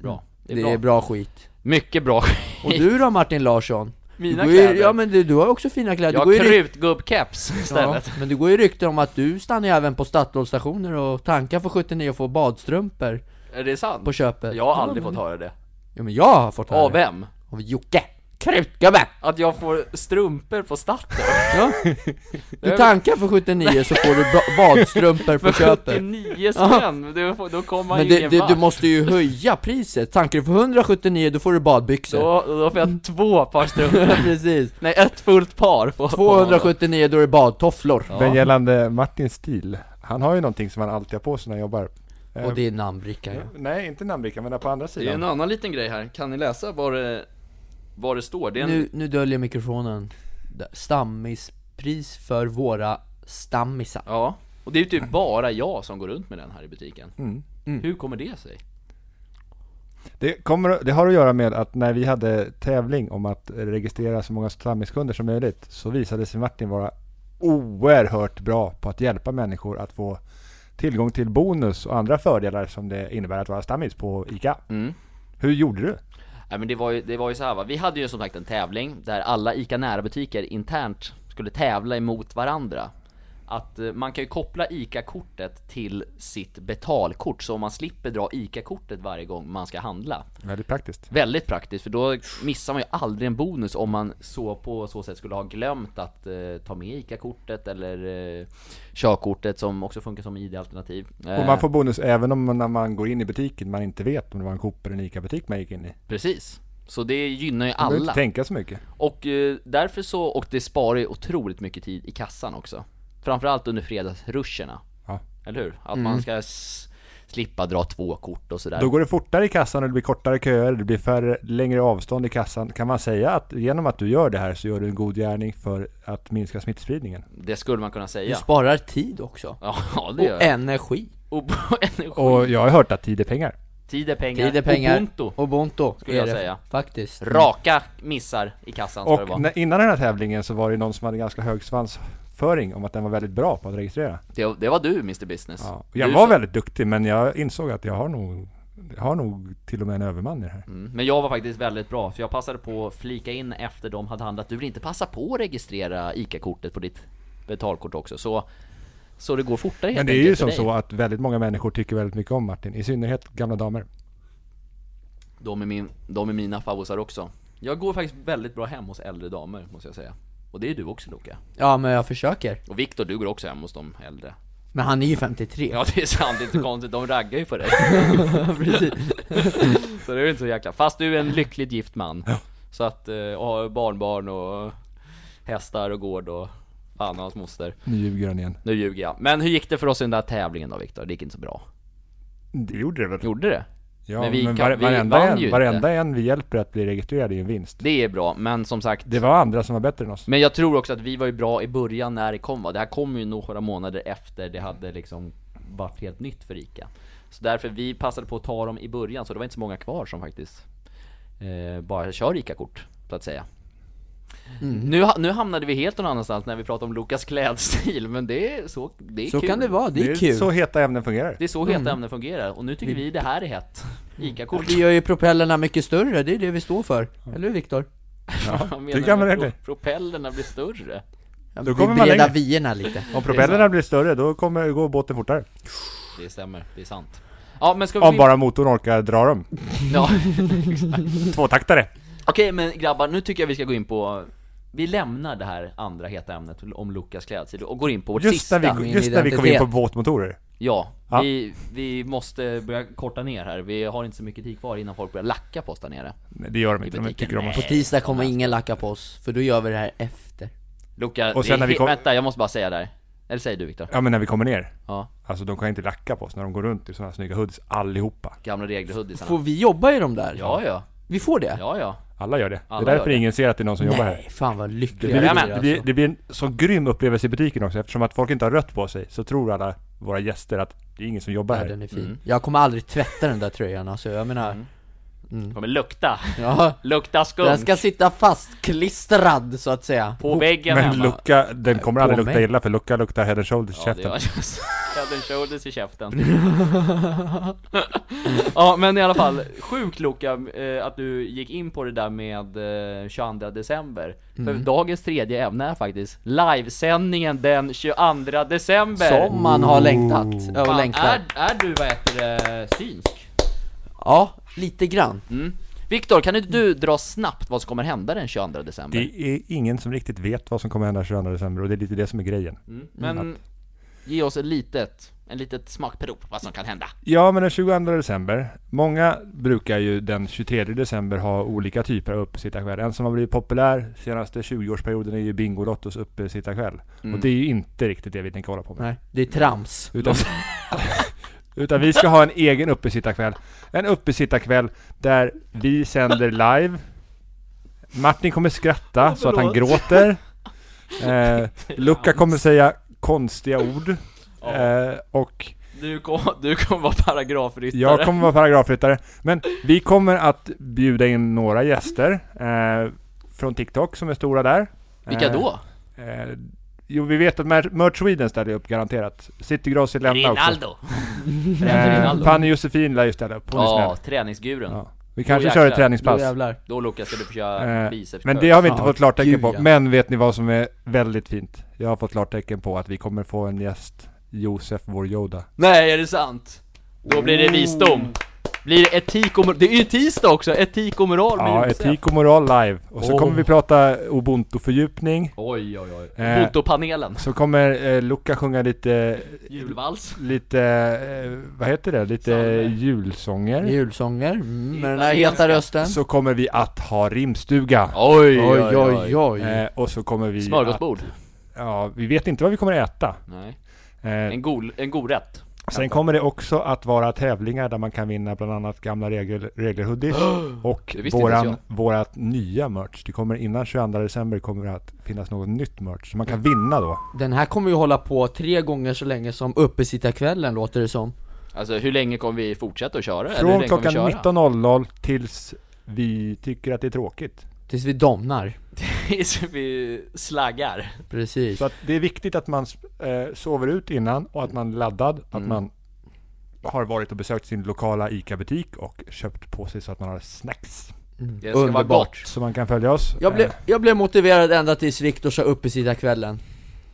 [SPEAKER 2] Bra. Det
[SPEAKER 3] Mm. Det
[SPEAKER 2] är, bra.
[SPEAKER 3] är bra skit
[SPEAKER 2] Mycket bra.
[SPEAKER 3] Och du då Martin Larsson?
[SPEAKER 2] Mina
[SPEAKER 3] du går ju-
[SPEAKER 2] kläder?
[SPEAKER 3] Ja men du, du har också fina kläder,
[SPEAKER 2] Jag
[SPEAKER 3] du
[SPEAKER 2] har
[SPEAKER 3] går ju ryk-
[SPEAKER 2] krutgubbkeps istället.
[SPEAKER 3] Ja, men du går ju rykten om att du stannar ju även på stadslådsstationer och tankar för 79 och får badstrumpor
[SPEAKER 2] Är det sant?
[SPEAKER 3] på köpet
[SPEAKER 2] Jag har
[SPEAKER 3] Ja,
[SPEAKER 2] aldrig
[SPEAKER 3] men-
[SPEAKER 2] fått höra det.
[SPEAKER 3] Ja men jag har fått höra
[SPEAKER 2] Av
[SPEAKER 3] det
[SPEAKER 2] vem?
[SPEAKER 3] Av Jocke! Krutgubben!
[SPEAKER 2] Att jag får strumpor på Statoil?
[SPEAKER 3] Ja.
[SPEAKER 2] är-
[SPEAKER 3] Du tankar för 79 så får du ba- badstrumpor på
[SPEAKER 2] För
[SPEAKER 3] köpet
[SPEAKER 2] 79 spänn? Då får- Då kommer man
[SPEAKER 3] Men
[SPEAKER 2] ju
[SPEAKER 3] det,
[SPEAKER 2] ingen
[SPEAKER 3] det, du
[SPEAKER 2] vart.
[SPEAKER 3] måste ju höja priset, tankar du för 179 då får du badbyxor
[SPEAKER 2] Då, då får jag två par strumpor.
[SPEAKER 3] Precis,
[SPEAKER 2] Nej, ett fullt par. På, på honom.
[SPEAKER 3] 279 då är det badtofflor
[SPEAKER 4] Men gällande Martins stil, han har ju någonting som han alltid har på sig när han jobbar. Eh,
[SPEAKER 3] Och det är namnbricka ja.
[SPEAKER 4] Nej, inte namnbrickan, men där på andra
[SPEAKER 2] Det är en
[SPEAKER 4] sidan.
[SPEAKER 2] annan liten grej här, kan ni läsa vad det, vad det står? Det är en,
[SPEAKER 3] Nu, nu döljer mikrofonen Där. Stammispris för våra stammisar
[SPEAKER 2] Ja, och det är ju typ bara jag som går runt med den här i butiken
[SPEAKER 4] Mm.
[SPEAKER 2] Hur kommer det sig?
[SPEAKER 4] Det, kommer, det har att göra med att när vi hade tävling om att registrera så många stammiskunder som möjligt så visade sig Martin vara oerhört bra på att hjälpa människor att få tillgång till bonus och andra fördelar som det innebär att vara stammis på ICA.
[SPEAKER 2] Mm.
[SPEAKER 4] Hur gjorde du?
[SPEAKER 2] Nej men det var ju, det var ju så här va, vi hade ju som sagt en tävling där alla ICA Nära-butiker internt skulle tävla emot varandra Att eh, man kan ju koppla ICA-kortet till sitt betalkort så man slipper dra ICA-kortet varje gång man ska handla
[SPEAKER 4] Väldigt praktiskt.
[SPEAKER 2] Väldigt praktiskt, för då missar man ju aldrig en bonus om man så på så sätt skulle ha glömt att eh, ta med ICA-kortet eller eh, körkortet som också funkar som ID-alternativ.
[SPEAKER 4] Och man får bonus även om man, när man går in i butiken man inte vet om det var en Coop eller en ICA-butik man gick in i.
[SPEAKER 2] Eh, Precis. Så det gynnar ju
[SPEAKER 4] Man behöver
[SPEAKER 2] alla.
[SPEAKER 4] inte tänka så mycket.
[SPEAKER 2] Och eh, därför så, och det sparar ju otroligt mycket tid i kassan också. Framförallt under fredagsruscherna.
[SPEAKER 4] Ja. Mm.
[SPEAKER 2] Eller hur? Att man ska s- slippa dra två kort och sådär.
[SPEAKER 4] Då går det fortare i kassan och det blir kortare köer, det blir färre, längre avstånd i kassan. Kan man säga att genom att du gör det här så gör du en god gärning för att minska smittspridningen?
[SPEAKER 2] Det skulle man kunna
[SPEAKER 3] Du
[SPEAKER 2] säga.
[SPEAKER 3] sparar tid också
[SPEAKER 2] Ja, det gör
[SPEAKER 3] Och
[SPEAKER 2] jag.
[SPEAKER 3] energi
[SPEAKER 2] Och energi.
[SPEAKER 4] Och jag har hört att tid är pengar.
[SPEAKER 2] Tid är pengar.
[SPEAKER 3] Tid är pengar,
[SPEAKER 2] Ubuntu.
[SPEAKER 3] Ubuntu
[SPEAKER 2] Skulle
[SPEAKER 3] är
[SPEAKER 2] jag
[SPEAKER 3] det
[SPEAKER 2] säga.
[SPEAKER 3] Faktiskt
[SPEAKER 2] Raka missar i kassan ska det
[SPEAKER 4] Och
[SPEAKER 2] vara.
[SPEAKER 4] när, innan den här tävlingen så var det någon som hade ganska hög svansföring om att den var väldigt bra på att registrera.
[SPEAKER 2] Det, det var du Mr Business.
[SPEAKER 4] Ja. Jag
[SPEAKER 2] Du
[SPEAKER 4] var
[SPEAKER 2] sa-
[SPEAKER 4] väldigt duktig men jag insåg att jag har nog har nog till och med en överman i det här.
[SPEAKER 2] Mm. Men jag var faktiskt väldigt bra, för jag passade på att flika in efter de hade handlat. Du vill inte passa på att registrera ICA-kortet på ditt betalkort också, så, så det går fortare helt
[SPEAKER 4] Men det är ju
[SPEAKER 2] enkelt för
[SPEAKER 4] som
[SPEAKER 2] dig.
[SPEAKER 4] så att väldigt många människor tycker väldigt mycket om Martin. I synnerhet gamla damer.
[SPEAKER 2] De är, min, de är mina favvosar också. Jag går faktiskt väldigt bra hem hos äldre damer, måste jag säga. Och det är du också Loka.
[SPEAKER 3] Mm. Ja men jag försöker.
[SPEAKER 2] Och Viktor, du går också hem hos de äldre.
[SPEAKER 3] Men han är ju 53.
[SPEAKER 2] Ja, det är sant, det är inte konstigt. De raggar ju på dig.
[SPEAKER 3] precis.
[SPEAKER 2] Så det är ju inte så jäkla... Fast du är en lyckligt gift man. Så att, eh, och har barnbarn och hästar och gård och fan och hans moster.
[SPEAKER 4] Nu ljuger han igen.
[SPEAKER 2] Nu ljuger jag. Men hur gick det för oss i den där tävlingen då Viktor? Det gick inte så bra.
[SPEAKER 4] Det gjorde det väl?
[SPEAKER 2] Gjorde det?
[SPEAKER 4] Ja,
[SPEAKER 2] Men
[SPEAKER 4] men,
[SPEAKER 2] vi kan-
[SPEAKER 4] var,
[SPEAKER 2] vi
[SPEAKER 4] varenda,
[SPEAKER 2] vann ju
[SPEAKER 4] en,
[SPEAKER 2] inte.
[SPEAKER 4] varenda en vi hjälper att bli registrerad är ju en vinst.
[SPEAKER 2] Det är bra, men som sagt...
[SPEAKER 4] Det var andra som var bättre än oss.
[SPEAKER 2] Men jag tror också att vi var ju bra i början när det kom va? Det här kom ju några månader efter det hade liksom varit helt nytt för ICA. Så därför vi passade på att ta dem i början, så det var inte så många kvar som faktiskt eh, bara kör ICA-kort, så att säga.
[SPEAKER 4] Mm.
[SPEAKER 2] Nu, ha- nu hamnade vi helt någon annanstans när vi pratade om Lukas klädstil, men det är så, det är
[SPEAKER 3] Så
[SPEAKER 2] kul.
[SPEAKER 3] kan det vara, det är,
[SPEAKER 4] Det är
[SPEAKER 3] kul.
[SPEAKER 4] så heta ämnen fungerar.
[SPEAKER 2] Det är så heta
[SPEAKER 4] Mm.
[SPEAKER 2] ämnen fungerar, och nu
[SPEAKER 3] Mm.
[SPEAKER 2] tycker vi det här är hett. ICA-kort.
[SPEAKER 3] Vi gör ju propellerna mycket större, det är det vi står för. Eller hur Viktor?
[SPEAKER 2] Vad menar
[SPEAKER 4] tycker jag
[SPEAKER 2] du?
[SPEAKER 4] med det.
[SPEAKER 2] Pro- Propellerna blir större.
[SPEAKER 3] Ja,
[SPEAKER 4] Då
[SPEAKER 3] vi
[SPEAKER 4] kommer man
[SPEAKER 3] breddar
[SPEAKER 4] längre.
[SPEAKER 3] vyerna lite.
[SPEAKER 4] Om propellerna blir större, då kommer, går båten fortare.
[SPEAKER 2] Det stämmer, det är sant. Ja, men ska vi...
[SPEAKER 4] Om bara motorn orkar dra dem.
[SPEAKER 2] Ja.
[SPEAKER 4] Tvåtaktare!
[SPEAKER 2] Okej men grabbar, nu tycker jag vi ska gå in på Vi lämnar det här andra heta ämnet om Lukas klädstil och går in på vårt
[SPEAKER 4] Just
[SPEAKER 2] sista
[SPEAKER 4] när, vi,
[SPEAKER 3] Min
[SPEAKER 4] just när vi kom in på
[SPEAKER 3] identitet.
[SPEAKER 4] båtmotorer.
[SPEAKER 2] Ja,
[SPEAKER 4] Ja.
[SPEAKER 2] Vi, vi måste börja korta ner här Vi har inte så mycket tid kvar innan folk börjar lacka på oss där nere
[SPEAKER 4] Nej, det gör de
[SPEAKER 2] I
[SPEAKER 4] inte, de
[SPEAKER 2] butiken,
[SPEAKER 4] tycker om oss.
[SPEAKER 3] På tisdag kommer ingen lacka på oss, för då gör vi det här efter.
[SPEAKER 2] Luka,
[SPEAKER 4] Och sen
[SPEAKER 2] det är
[SPEAKER 4] när vi
[SPEAKER 2] he-
[SPEAKER 4] kom-
[SPEAKER 2] vänta jag måste bara säga där Eller säger du Viktor?
[SPEAKER 4] Ja men när vi kommer ner.
[SPEAKER 2] Ja,
[SPEAKER 4] Alltså de kan inte lacka på oss när de går runt i sådana här snygga hoodies allihopa.
[SPEAKER 2] gamla reglerhoodiesarna
[SPEAKER 3] Får vi jobba i de där?
[SPEAKER 2] Ja ja,
[SPEAKER 3] Vi får det?
[SPEAKER 2] ja ja
[SPEAKER 4] Alla gör det.
[SPEAKER 2] Alla
[SPEAKER 4] det är därför
[SPEAKER 2] gör det.
[SPEAKER 4] ingen ser att det är någon som jobbar här.
[SPEAKER 3] Nej, fan vad
[SPEAKER 4] Det
[SPEAKER 3] lyckliga
[SPEAKER 4] blir,
[SPEAKER 3] vi
[SPEAKER 2] Jajamän.
[SPEAKER 3] är
[SPEAKER 4] det,
[SPEAKER 3] alltså.
[SPEAKER 4] blir, det blir en så grym upplevelse i butiken också eftersom att folk inte har rött på sig så tror alla våra gäster att det är ingen som jobbar
[SPEAKER 3] Ja,
[SPEAKER 4] här.
[SPEAKER 3] den är fin.
[SPEAKER 2] Mm.
[SPEAKER 3] Jag kommer aldrig tvätta den där tröjan alltså, jag menar,
[SPEAKER 2] Kommer lukta,
[SPEAKER 3] ja,
[SPEAKER 2] lukta
[SPEAKER 3] den
[SPEAKER 2] skunk
[SPEAKER 3] ska sitta fastklistrad så att säga.
[SPEAKER 2] på väggen
[SPEAKER 4] Men
[SPEAKER 2] hemma
[SPEAKER 4] Luca, den kommer
[SPEAKER 3] på
[SPEAKER 4] aldrig lukta
[SPEAKER 3] mig.
[SPEAKER 4] illa för Luca luktar head and shoulders i
[SPEAKER 2] Ja, det
[SPEAKER 4] käften.
[SPEAKER 2] var just Head and shoulders i käften Ja men i alla fall, sjukt Luka eh, att du gick in på det där med eh, 22 december
[SPEAKER 4] Mm.
[SPEAKER 2] För dagens tredje ämne är faktiskt livesändningen den 22 december
[SPEAKER 3] Som man har längtat,
[SPEAKER 4] Mm.
[SPEAKER 3] ja, och
[SPEAKER 2] Fan,
[SPEAKER 3] längtar.
[SPEAKER 2] är, är du vad heter det, synsk?
[SPEAKER 3] Ja, lite grann.
[SPEAKER 2] Mm. Viktor, kan inte du dra snabbt vad som kommer hända den 22 december?
[SPEAKER 4] Det är ingen som riktigt vet vad som kommer hända 22 december och det är lite det som är grejen.
[SPEAKER 2] Mm. Men ge oss ett litet, en litet smakprov vad som kan hända
[SPEAKER 4] Ja, men den 22 december. Många brukar ju den 23 december ha olika typer av uppesittarkväll. En som har blivit populär senaste 20-årsperioden är ju Bingolottos uppesittarkväll.
[SPEAKER 2] Mm.
[SPEAKER 4] Och det är ju inte riktigt det vi tänker hålla på med.
[SPEAKER 3] Nej, det är trams.
[SPEAKER 4] Utan, utan vi ska ha en egen uppesittarkväll. En uppesittarkväll där vi sänder live. Martin kommer skratta så att han gråter. Eh, Luca kommer säga konstiga ord. Eh, och
[SPEAKER 2] Du kommer du kom vara paragrafryttare
[SPEAKER 4] jag kommer vara paragrafryttare. Men vi kommer att bjuda in några gäster eh, från TikTok som är stora där.
[SPEAKER 2] Vilka
[SPEAKER 4] Eh,
[SPEAKER 2] då?
[SPEAKER 4] Eh, jo, vi vet att Mer- Merch Sweden ställer upp garanterat. City Gross i Lämna också.
[SPEAKER 2] Rinaldo! Främst
[SPEAKER 4] Eh,
[SPEAKER 2] Rinaldo.
[SPEAKER 4] Fanny Josefin lär ju ställa upp, hon är
[SPEAKER 2] Ja,
[SPEAKER 4] snäll.
[SPEAKER 2] träningsgurun.
[SPEAKER 4] Ja. Vi kanske
[SPEAKER 2] Då
[SPEAKER 4] kör ett
[SPEAKER 2] jäklar.
[SPEAKER 3] Då
[SPEAKER 4] träningspass.
[SPEAKER 3] jävlar.
[SPEAKER 2] Då Lukas ska du få köra
[SPEAKER 4] Eh,
[SPEAKER 2] biceps
[SPEAKER 4] Men
[SPEAKER 2] curls.
[SPEAKER 4] det har vi inte
[SPEAKER 3] Ja,
[SPEAKER 4] fått klartecken
[SPEAKER 3] gud,
[SPEAKER 4] på.
[SPEAKER 3] ja.
[SPEAKER 4] Men vet ni vad som är väldigt fint? Jag har fått klartecken på att vi kommer få en gäst, Josef, vår Yoda.
[SPEAKER 2] Nej, är det sant? Då blir det visdom. Blir det etik och mor- Det är ju tisdag också! Etik och moral med
[SPEAKER 4] Ja,
[SPEAKER 2] Josef.
[SPEAKER 4] etik och moral live. Och så
[SPEAKER 2] Åh.
[SPEAKER 4] kommer vi prata ubuntu-fördjupning.
[SPEAKER 2] Oj, oj, oj.
[SPEAKER 4] Eh.
[SPEAKER 2] Fotopanelen.
[SPEAKER 4] Så kommer eh, Luca sjunga lite,
[SPEAKER 2] Julvals.
[SPEAKER 4] lite, eh, vad heter det, lite
[SPEAKER 2] Salmer.
[SPEAKER 4] julsånger.
[SPEAKER 3] Julsånger, mm, med den här
[SPEAKER 2] Italienska.
[SPEAKER 3] heta rösten.
[SPEAKER 4] Så kommer vi att ha rimstuga.
[SPEAKER 2] Oj,
[SPEAKER 3] Oj, oj, oj.
[SPEAKER 4] Eh, och så kommer vi
[SPEAKER 2] Smörgåsbord.
[SPEAKER 4] Att, ja, vi vet inte vad vi kommer äta.
[SPEAKER 2] Nej.
[SPEAKER 4] Eh,
[SPEAKER 2] En god, en god rätt.
[SPEAKER 4] sen kommer det också att vara tävlingar där man kan vinna bland annat gamla regler, reglerhoodies och
[SPEAKER 2] Det visste inte
[SPEAKER 4] våran,
[SPEAKER 2] ens
[SPEAKER 4] vårat nya merch. Det kommer innan 22 december kommer det att finnas något nytt merch som man kan vinna då.
[SPEAKER 3] Den här kommer ju hålla på tre gånger så länge som uppesittarkvällen låter det som.
[SPEAKER 2] Alltså hur länge kommer vi fortsätta att köra? Eller hur
[SPEAKER 4] Från
[SPEAKER 2] länge kommer vi
[SPEAKER 4] klockan
[SPEAKER 2] köra?
[SPEAKER 4] 19.00 tills vi tycker att det är tråkigt.
[SPEAKER 3] Tills vi domnar.
[SPEAKER 2] Tills vi slaggar.
[SPEAKER 3] Precis.
[SPEAKER 2] Mm.
[SPEAKER 4] Så att det är viktigt att man eh, sover ut innan och att man är laddad, att man har varit och besökt sin lokala ICA-butik och köpt på sig så att man har snacks.
[SPEAKER 2] Det ska vara gott.
[SPEAKER 4] Så man kan följa oss.
[SPEAKER 3] Jag blev,
[SPEAKER 4] Eh,
[SPEAKER 3] jag blev motiverad ända tills Viktor sa upp i sida kvällen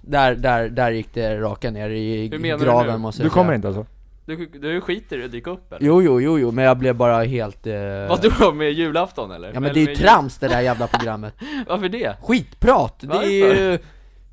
[SPEAKER 3] Där, där, där gick det raka ner i
[SPEAKER 2] Hur menar du
[SPEAKER 3] graven
[SPEAKER 2] nu?
[SPEAKER 3] måste jag
[SPEAKER 4] Du kommer
[SPEAKER 3] säga.
[SPEAKER 4] inte alltså?
[SPEAKER 2] Du, du skiter i att dyka upp eller?
[SPEAKER 3] Jo, jo, jo, jo, men jag blev bara helt... Eh...
[SPEAKER 2] Vadå, med julafton eller?
[SPEAKER 3] Ja men det
[SPEAKER 2] Eller
[SPEAKER 3] är ju
[SPEAKER 2] med
[SPEAKER 3] trams det där jävla programmet
[SPEAKER 2] jul- Varför det?
[SPEAKER 3] Skitprat! Det är ju...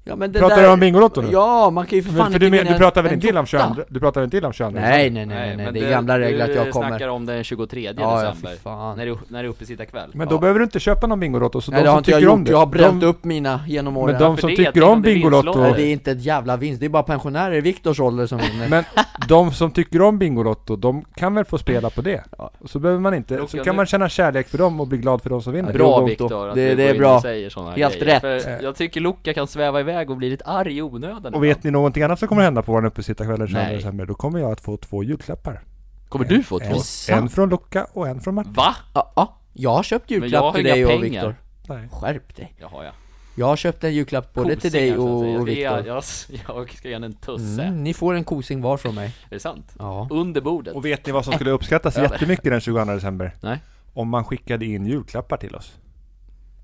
[SPEAKER 3] Ja men det
[SPEAKER 4] Pratar
[SPEAKER 3] där...
[SPEAKER 4] du om Bingolotto nu?
[SPEAKER 3] Ja, man kan ju för
[SPEAKER 4] Men,
[SPEAKER 3] fan
[SPEAKER 4] för du, men,
[SPEAKER 3] vinna
[SPEAKER 4] du pratar väl
[SPEAKER 3] en
[SPEAKER 4] inte till om
[SPEAKER 3] jota?
[SPEAKER 4] 22? Du pratar väl inte till om 22?
[SPEAKER 3] Nej, nej, nej, nej, nej.
[SPEAKER 2] men
[SPEAKER 3] det är gamla regler att jag
[SPEAKER 2] Du snackar
[SPEAKER 3] kommer
[SPEAKER 2] om den 23
[SPEAKER 3] Ja, ja,
[SPEAKER 2] december,
[SPEAKER 3] fy fan
[SPEAKER 2] när, du, när det är uppe sitta kväll
[SPEAKER 4] Men då
[SPEAKER 3] Ja.
[SPEAKER 4] behöver du inte köpa någon Bingolotto, så
[SPEAKER 3] Nej
[SPEAKER 4] de
[SPEAKER 3] det har
[SPEAKER 4] som
[SPEAKER 3] inte jag
[SPEAKER 4] tycker om
[SPEAKER 3] gjort,
[SPEAKER 4] det...
[SPEAKER 3] jag har bränt
[SPEAKER 4] de,
[SPEAKER 3] upp mina genom
[SPEAKER 4] Men
[SPEAKER 3] åren
[SPEAKER 4] de
[SPEAKER 2] För
[SPEAKER 4] som
[SPEAKER 2] det är
[SPEAKER 4] tycker
[SPEAKER 2] att
[SPEAKER 4] om
[SPEAKER 2] det är
[SPEAKER 4] Bingolotto...
[SPEAKER 2] vinstlotter.
[SPEAKER 3] Nej, Det är inte ett jävla vinst, det är bara pensionärer i Viktors ålder som vinner
[SPEAKER 4] Men de som tycker om Bingolotto, de kan väl få spela på det?
[SPEAKER 3] Ja.
[SPEAKER 4] Och Så behöver man inte,
[SPEAKER 2] Lucka
[SPEAKER 4] så kan
[SPEAKER 2] nu.
[SPEAKER 4] man känna kärlek för dem och bli glad för de som vinner.
[SPEAKER 3] det
[SPEAKER 2] Bra
[SPEAKER 3] gjorde ont då.
[SPEAKER 2] Viktor, att
[SPEAKER 3] Det- det
[SPEAKER 2] du går
[SPEAKER 3] är
[SPEAKER 2] in
[SPEAKER 3] bra.
[SPEAKER 2] och säger sådana
[SPEAKER 3] Helt
[SPEAKER 2] grejer.
[SPEAKER 3] rätt.
[SPEAKER 2] För jag tycker Luca kan sväva iväg och bli lite arg i onödan
[SPEAKER 4] Och vet ni någonting annat som kommer hända på våran uppesittarkväll den 22
[SPEAKER 2] Nej.
[SPEAKER 4] december? Då kommer jag att få två julklappar.
[SPEAKER 2] Kommer du få två?
[SPEAKER 4] En,
[SPEAKER 3] sant?
[SPEAKER 4] en från Luca och en från Martin.
[SPEAKER 2] Va?
[SPEAKER 3] Ja, ja, jag har köpt
[SPEAKER 2] jag har
[SPEAKER 3] julklapp till dig
[SPEAKER 2] inga
[SPEAKER 3] och
[SPEAKER 2] pengar.
[SPEAKER 3] Viktor
[SPEAKER 4] Nej.
[SPEAKER 3] Skärp dig
[SPEAKER 2] Jaha ja
[SPEAKER 3] Jag har köpt en julklapp både till dig
[SPEAKER 2] Kosingar, så
[SPEAKER 3] och,
[SPEAKER 2] att säga.
[SPEAKER 3] och
[SPEAKER 2] Det är-
[SPEAKER 3] Viktor
[SPEAKER 2] alltså. Jag, jag ska ge henne en tusse,
[SPEAKER 3] mm, Ni får en kosing var från mig
[SPEAKER 2] är det sant?
[SPEAKER 3] Ja
[SPEAKER 2] Under bordet?
[SPEAKER 4] Och vet ni vad som skulle uppskattas jättemycket den 22 december?
[SPEAKER 2] Nej.
[SPEAKER 4] Om man skickade in julklappar till oss.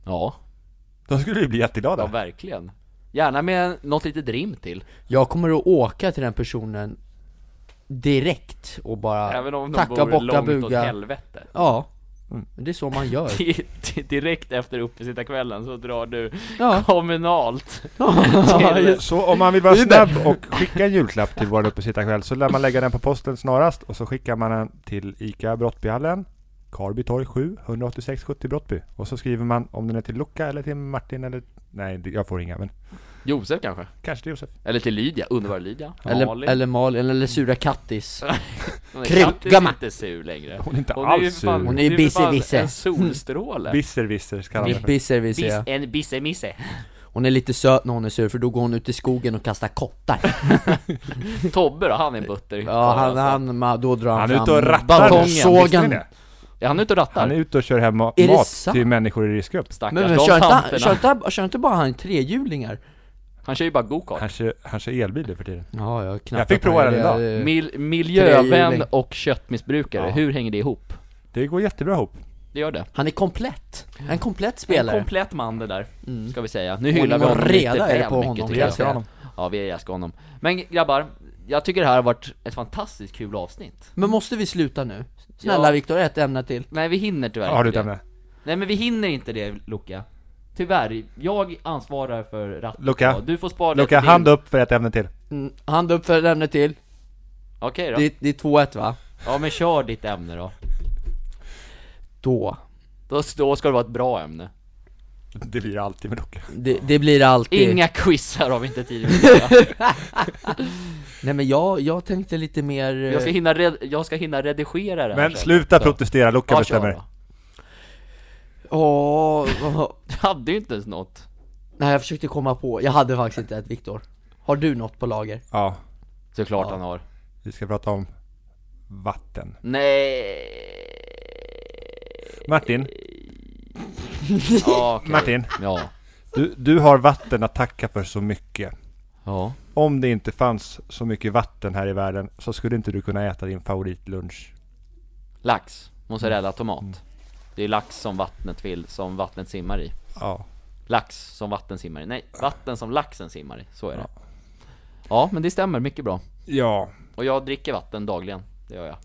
[SPEAKER 2] Ja,
[SPEAKER 4] De skulle ju bli
[SPEAKER 2] ja
[SPEAKER 4] jätteglada.
[SPEAKER 2] verkligen Gärna med något litet rim till,
[SPEAKER 3] Jag kommer att åka till den personen direkt och bara
[SPEAKER 2] även om de
[SPEAKER 3] tacka,
[SPEAKER 2] bor
[SPEAKER 3] bocka,
[SPEAKER 2] långt åt
[SPEAKER 3] buga
[SPEAKER 2] helvete
[SPEAKER 3] Ja,
[SPEAKER 4] Mm.
[SPEAKER 3] det är så man gör
[SPEAKER 2] Di- di- Direkt efter uppesittarkvällen så drar du
[SPEAKER 3] Ja,
[SPEAKER 2] kommunalt
[SPEAKER 3] ja
[SPEAKER 2] till
[SPEAKER 3] just-
[SPEAKER 4] Så om man vill vara
[SPEAKER 3] Det är
[SPEAKER 4] snabb och skicka en julklapp till våran uppesittarkväll så lär man lägga den på posten snarast och så skickar man den till ICA Brottbyhallen Karby torg 7, 186 70 Brottby. Och så skriver man om den är till Luca eller till Martin eller... Nej, det- jag får inga men
[SPEAKER 2] Josef kanske?
[SPEAKER 4] kanske till Josef.
[SPEAKER 2] Eller till Lydia, underbara Lydia
[SPEAKER 3] eller,
[SPEAKER 2] Malin.
[SPEAKER 3] eller Malin, eller sura Kattis
[SPEAKER 2] Hon är
[SPEAKER 3] kryp,
[SPEAKER 2] knappt
[SPEAKER 3] gammal.
[SPEAKER 2] inte sur längre
[SPEAKER 4] Hon är inte
[SPEAKER 2] Hon är ju
[SPEAKER 4] alls
[SPEAKER 2] för
[SPEAKER 4] eh,
[SPEAKER 2] fan,
[SPEAKER 3] Hon
[SPEAKER 4] sur.
[SPEAKER 3] är ju
[SPEAKER 2] för fan
[SPEAKER 3] bissevisse.
[SPEAKER 2] En solstråle
[SPEAKER 4] Bisser visser kallar man det för.
[SPEAKER 3] Bippisser vill
[SPEAKER 2] Bis,
[SPEAKER 3] säga
[SPEAKER 2] en bissemisse
[SPEAKER 3] Hon är lite söt när hon är sur för då går hon ut i skogen och kastar kottar
[SPEAKER 2] Tobbe då, han är en butter Alltså.
[SPEAKER 3] Ja, alltså. han, han, ma- då drar han,
[SPEAKER 4] Han är
[SPEAKER 3] fram
[SPEAKER 4] ute och rattar nu. Visste ni
[SPEAKER 3] batongsågen
[SPEAKER 4] det?
[SPEAKER 2] Är han ute och rattar?
[SPEAKER 4] Han är ute och kör hem ma-
[SPEAKER 3] Är det
[SPEAKER 4] mat
[SPEAKER 3] sant?
[SPEAKER 4] till människor i riskgrupp.
[SPEAKER 2] Stackars
[SPEAKER 3] Men, men
[SPEAKER 2] de
[SPEAKER 3] kör, inte,
[SPEAKER 2] tanterna.
[SPEAKER 3] kör, inte, kör inte bara han trehjulingar?
[SPEAKER 2] Han kör ju bara gokart
[SPEAKER 4] Han kör, han kör elbil nu för tiden.
[SPEAKER 3] Ja, jag, knappt
[SPEAKER 4] Jag fick
[SPEAKER 3] att han
[SPEAKER 4] prova
[SPEAKER 3] gör
[SPEAKER 4] den
[SPEAKER 3] det.
[SPEAKER 2] Mil- Miljövän
[SPEAKER 3] Trehjuling.
[SPEAKER 2] och köttmissbrukare,
[SPEAKER 4] Ja.
[SPEAKER 2] hur hänger det ihop?
[SPEAKER 4] Det går jättebra ihop.
[SPEAKER 2] Det gör det
[SPEAKER 3] Han är komplett, en komplett spelare
[SPEAKER 2] En komplett man det där,
[SPEAKER 3] Mm.
[SPEAKER 2] ska vi säga Nu
[SPEAKER 3] Ordning
[SPEAKER 2] hyllar vi
[SPEAKER 3] och
[SPEAKER 2] honom
[SPEAKER 3] reda är
[SPEAKER 2] lite
[SPEAKER 3] det
[SPEAKER 2] väl
[SPEAKER 3] på
[SPEAKER 2] mycket
[SPEAKER 3] honom,
[SPEAKER 2] tycker
[SPEAKER 3] vi
[SPEAKER 2] jag.
[SPEAKER 3] älskar honom.
[SPEAKER 2] Ja, vi älskar honom Men grabbar, jag tycker det här har varit ett fantastiskt kul avsnitt
[SPEAKER 3] Men måste vi sluta nu? Snälla
[SPEAKER 2] Ja.
[SPEAKER 3] Viktor, ett ämne till
[SPEAKER 2] Nej vi hinner tyvärr
[SPEAKER 4] Har du
[SPEAKER 2] inte
[SPEAKER 4] ett
[SPEAKER 2] det.
[SPEAKER 4] ämne?
[SPEAKER 2] Nej men vi hinner inte det Luca Tyvärr, jag ansvarar för ratten
[SPEAKER 4] Luca.
[SPEAKER 2] Du får spara det
[SPEAKER 4] Luca,
[SPEAKER 2] till din-
[SPEAKER 4] hand upp för ett ämne till.
[SPEAKER 3] mm, Hand upp för ett ämne till,
[SPEAKER 2] Okej då,
[SPEAKER 3] det, det är 2-1 va?
[SPEAKER 2] ja men kör ditt ämne då
[SPEAKER 3] Då,
[SPEAKER 2] Då, då ska det vara ett bra ämne
[SPEAKER 4] Det blir det alltid med Luca.
[SPEAKER 3] det, det blir alltid
[SPEAKER 2] Inga quizar har vi inte tid med
[SPEAKER 3] Nej men jag, jag tänkte lite mer eh,
[SPEAKER 2] jag ska, hinna red, jag ska hinna redigera det här
[SPEAKER 4] Men
[SPEAKER 2] sen.
[SPEAKER 4] sluta
[SPEAKER 2] Så.
[SPEAKER 4] protestera,
[SPEAKER 2] Ja,
[SPEAKER 4] Luca
[SPEAKER 2] kör
[SPEAKER 4] bestämmer.
[SPEAKER 2] då
[SPEAKER 3] åh, åh,
[SPEAKER 2] Jag hade ju inte ens något
[SPEAKER 3] Nej jag försökte komma på, jag hade faktiskt inte ett Viktor Har du något på lager?
[SPEAKER 4] Ja,
[SPEAKER 2] Såklart
[SPEAKER 3] Ja.
[SPEAKER 2] han har
[SPEAKER 4] vi ska prata om vatten.
[SPEAKER 2] Nej.
[SPEAKER 4] Martin,
[SPEAKER 2] eh, Ja, okej.
[SPEAKER 4] Martin,
[SPEAKER 2] Ja.
[SPEAKER 4] du, du har vatten att tacka för så mycket.
[SPEAKER 2] Ja.
[SPEAKER 4] Om det inte fanns så mycket vatten här i världen så skulle inte du kunna äta din favoritlunch.
[SPEAKER 2] Lax. Mozzarella, tomat. Det är lax som vattnet vill, som vattnet simmar i.
[SPEAKER 4] Ja,
[SPEAKER 2] Lax som vatten simmar i. Nej, vatten som laxen simmar i. Så är det. Ja, men det stämmer mycket bra.
[SPEAKER 4] ja.
[SPEAKER 2] Och jag dricker vatten dagligen. Det gör jag.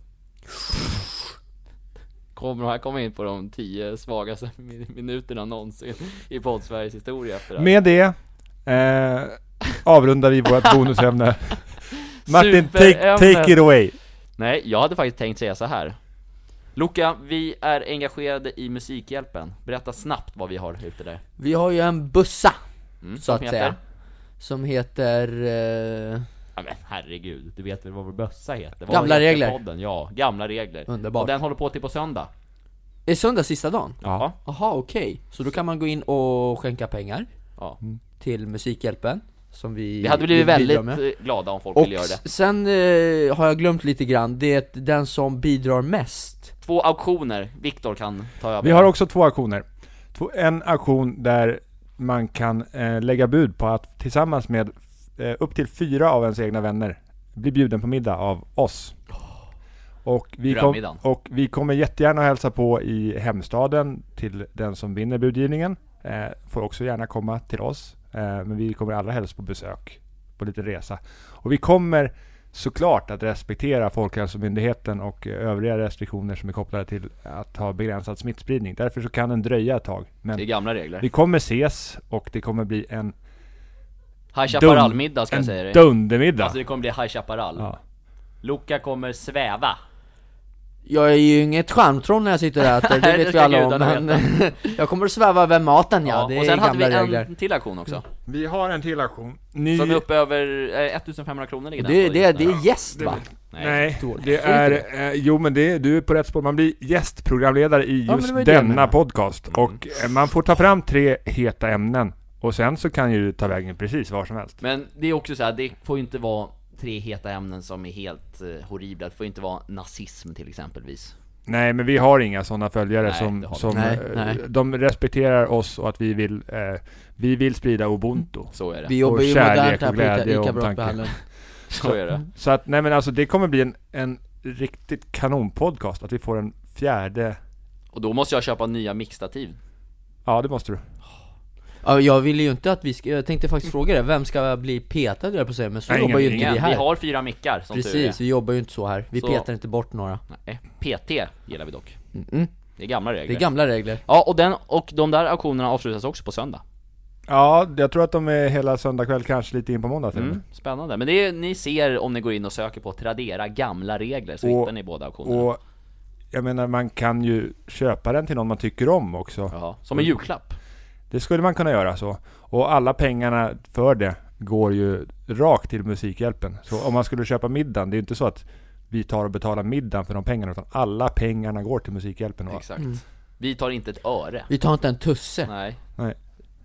[SPEAKER 2] Kommer, här kommer jag in på de tio svagaste min- minuterna någonsin i poddsveriges historia efter det här.
[SPEAKER 4] med det eh, avrundar vi vårt bonusämne. Martin, take, take it away.
[SPEAKER 2] Nej, jag hade faktiskt tänkt säga så här. Luca, vi är engagerade i Musikhjälpen. Berätta snabbt vad vi har ute där.
[SPEAKER 3] Vi har ju en bussa,
[SPEAKER 2] Mm,
[SPEAKER 3] så
[SPEAKER 2] vad
[SPEAKER 3] att
[SPEAKER 2] heter?
[SPEAKER 3] säga Som heter, eh,
[SPEAKER 2] Ja, men herregud, du vet väl vad vår bössa heter? Vad
[SPEAKER 3] Gamla
[SPEAKER 2] heter
[SPEAKER 3] regler.
[SPEAKER 2] Podden? Ja, gamla regler.
[SPEAKER 3] Underbart.
[SPEAKER 2] Och den håller på till på söndag.
[SPEAKER 3] är söndag sista dagen?
[SPEAKER 2] Ja.
[SPEAKER 3] Aha, okej. Så då kan man gå in och skänka pengar
[SPEAKER 2] ja.
[SPEAKER 3] till Musikhjälpen som Mm. vi
[SPEAKER 2] Vi hade blivit
[SPEAKER 3] vi bidrar
[SPEAKER 2] väldigt
[SPEAKER 3] med.
[SPEAKER 2] eh, glada om folk
[SPEAKER 3] Och
[SPEAKER 2] ville göra det.
[SPEAKER 3] s- sen eh, har jag glömt lite grann, det är att den som bidrar mest
[SPEAKER 2] Två auktioner, Viktor kan ta över.
[SPEAKER 4] Vi har också två auktioner. Två, en auktion där man kan eh, lägga bud på att tillsammans med eh, upp till fyra av ens egna vänner bli bjuden på middag av oss. Och vi,
[SPEAKER 2] Grönmiddagen.
[SPEAKER 4] kom, och vi kommer jättegärna hälsa på i hemstaden till den som vinner budgivningen. Eh, får också gärna komma till oss. Eh, men vi kommer allra helst på besök, på lite resa. Och vi kommer såklart att respektera Folkhälsomyndigheten och eh, övriga restriktioner som är kopplade till att ha begränsad smittspridning. Därför så kan den dröja ett tag. Men
[SPEAKER 2] Det är gamla regler.
[SPEAKER 4] vi kommer ses och det kommer bli en,
[SPEAKER 2] High Chaparral-middag ska jag säga
[SPEAKER 4] en
[SPEAKER 2] dig.
[SPEAKER 4] dundermiddag.
[SPEAKER 2] Alltså det kommer bli High Chaparral.
[SPEAKER 4] Ja.
[SPEAKER 2] Luca kommer sväva.
[SPEAKER 3] Jag är ju inget charmtroll när jag sitter här, att det
[SPEAKER 2] Nej, det
[SPEAKER 3] vet vi
[SPEAKER 2] ska
[SPEAKER 3] alla om
[SPEAKER 2] gudarna
[SPEAKER 3] men Jag kommer att sväva över maten ja,
[SPEAKER 2] Ja,
[SPEAKER 3] det
[SPEAKER 2] och
[SPEAKER 3] är
[SPEAKER 2] sen hade vi
[SPEAKER 3] gamla
[SPEAKER 2] en
[SPEAKER 3] regler Mm.
[SPEAKER 2] till aktion också.
[SPEAKER 4] Vi har en till aktion. Ny...
[SPEAKER 2] Som är uppe över eh, 1500 kronor ligger
[SPEAKER 3] det,
[SPEAKER 2] den
[SPEAKER 3] det,
[SPEAKER 2] på just
[SPEAKER 3] det
[SPEAKER 2] nu.
[SPEAKER 3] är gäst va?
[SPEAKER 4] Nej,
[SPEAKER 3] dåligt.
[SPEAKER 4] det
[SPEAKER 3] Tror
[SPEAKER 4] är... Eh, jo men det, du är på rätt spår. Man blir gästprogramledare i
[SPEAKER 3] men
[SPEAKER 4] just
[SPEAKER 3] det var ju det jag
[SPEAKER 4] denna
[SPEAKER 3] menade.
[SPEAKER 4] podcast. Och eh, man får ta fram tre heta ämnen. Och sen så kan ju du ta vägen precis var som helst.
[SPEAKER 2] Men det är också så här, det får ju inte vara tre heta ämnen som är helt eh, horribla. Det får ju inte vara nazism till exempelvis.
[SPEAKER 4] Nej, men vi har inga sådana följare
[SPEAKER 2] Nej,
[SPEAKER 4] som...
[SPEAKER 2] det har vi
[SPEAKER 4] som
[SPEAKER 3] inte.
[SPEAKER 4] eh,
[SPEAKER 3] Nej, nej.
[SPEAKER 4] De respekterar oss och att vi vill... Eh, vi vill sprida ubuntu.
[SPEAKER 2] Så är det.
[SPEAKER 3] Vi jobbar ju
[SPEAKER 4] kärlek
[SPEAKER 3] modernt
[SPEAKER 4] och
[SPEAKER 3] här på
[SPEAKER 4] glädje
[SPEAKER 3] Ica-
[SPEAKER 4] och
[SPEAKER 3] Ica
[SPEAKER 4] omtanke.
[SPEAKER 3] Brottbehandlaren
[SPEAKER 2] Så är det.
[SPEAKER 4] Så att, nej men alltså det kommer bli en, en riktigt kanonpodcast. Att vi får en fjärde...
[SPEAKER 2] Och då måste jag köpa nya mixtativ.
[SPEAKER 4] Ja, det måste du.
[SPEAKER 3] ja, Jag ville ju inte att vi ska, jag tänkte faktiskt
[SPEAKER 2] Mm.
[SPEAKER 3] fråga det, vem ska bli petad där på sig? Men så
[SPEAKER 4] Nej,
[SPEAKER 3] jobbar ju
[SPEAKER 4] ingen-
[SPEAKER 3] inte
[SPEAKER 4] ingen.
[SPEAKER 3] vi
[SPEAKER 2] Men vi
[SPEAKER 3] här
[SPEAKER 2] har fyra mickar som
[SPEAKER 3] Precis,
[SPEAKER 2] tur
[SPEAKER 3] vi jobbar ju inte så här, vi
[SPEAKER 2] Så-
[SPEAKER 3] petar inte bort några
[SPEAKER 2] är. Nej. PT gillar vi dock.
[SPEAKER 3] Mm-mm.
[SPEAKER 2] Det är gamla regler.
[SPEAKER 3] Det är gamla regler
[SPEAKER 2] ja, och, den, och de där auktionerna avslutas också på söndag.
[SPEAKER 4] Ja, jag tror att de är hela söndag kväll, kanske lite in på måndag till och med.
[SPEAKER 2] Mm. Spännande. Men det är, ni ser om ni går in och söker på Tradera gamla regler så
[SPEAKER 4] Och-
[SPEAKER 2] hittar ni båda auktionerna.
[SPEAKER 4] Och jag menar, man kan ju köpa den till någon man tycker om också.
[SPEAKER 2] Jaha. Som en julklapp.
[SPEAKER 4] Det skulle man kunna göra så. Och alla pengarna för det går ju rakt till Musikhjälpen. Så om man skulle köpa middagen, det är ju inte så att vi tar och betalar middagen för de pengarna, utan alla pengarna går till Musikhjälpen. Och,
[SPEAKER 2] Exakt.
[SPEAKER 3] Mm.
[SPEAKER 2] Vi tar inte ett öre.
[SPEAKER 3] Vi tar inte en tusse
[SPEAKER 2] Nej.
[SPEAKER 4] nej.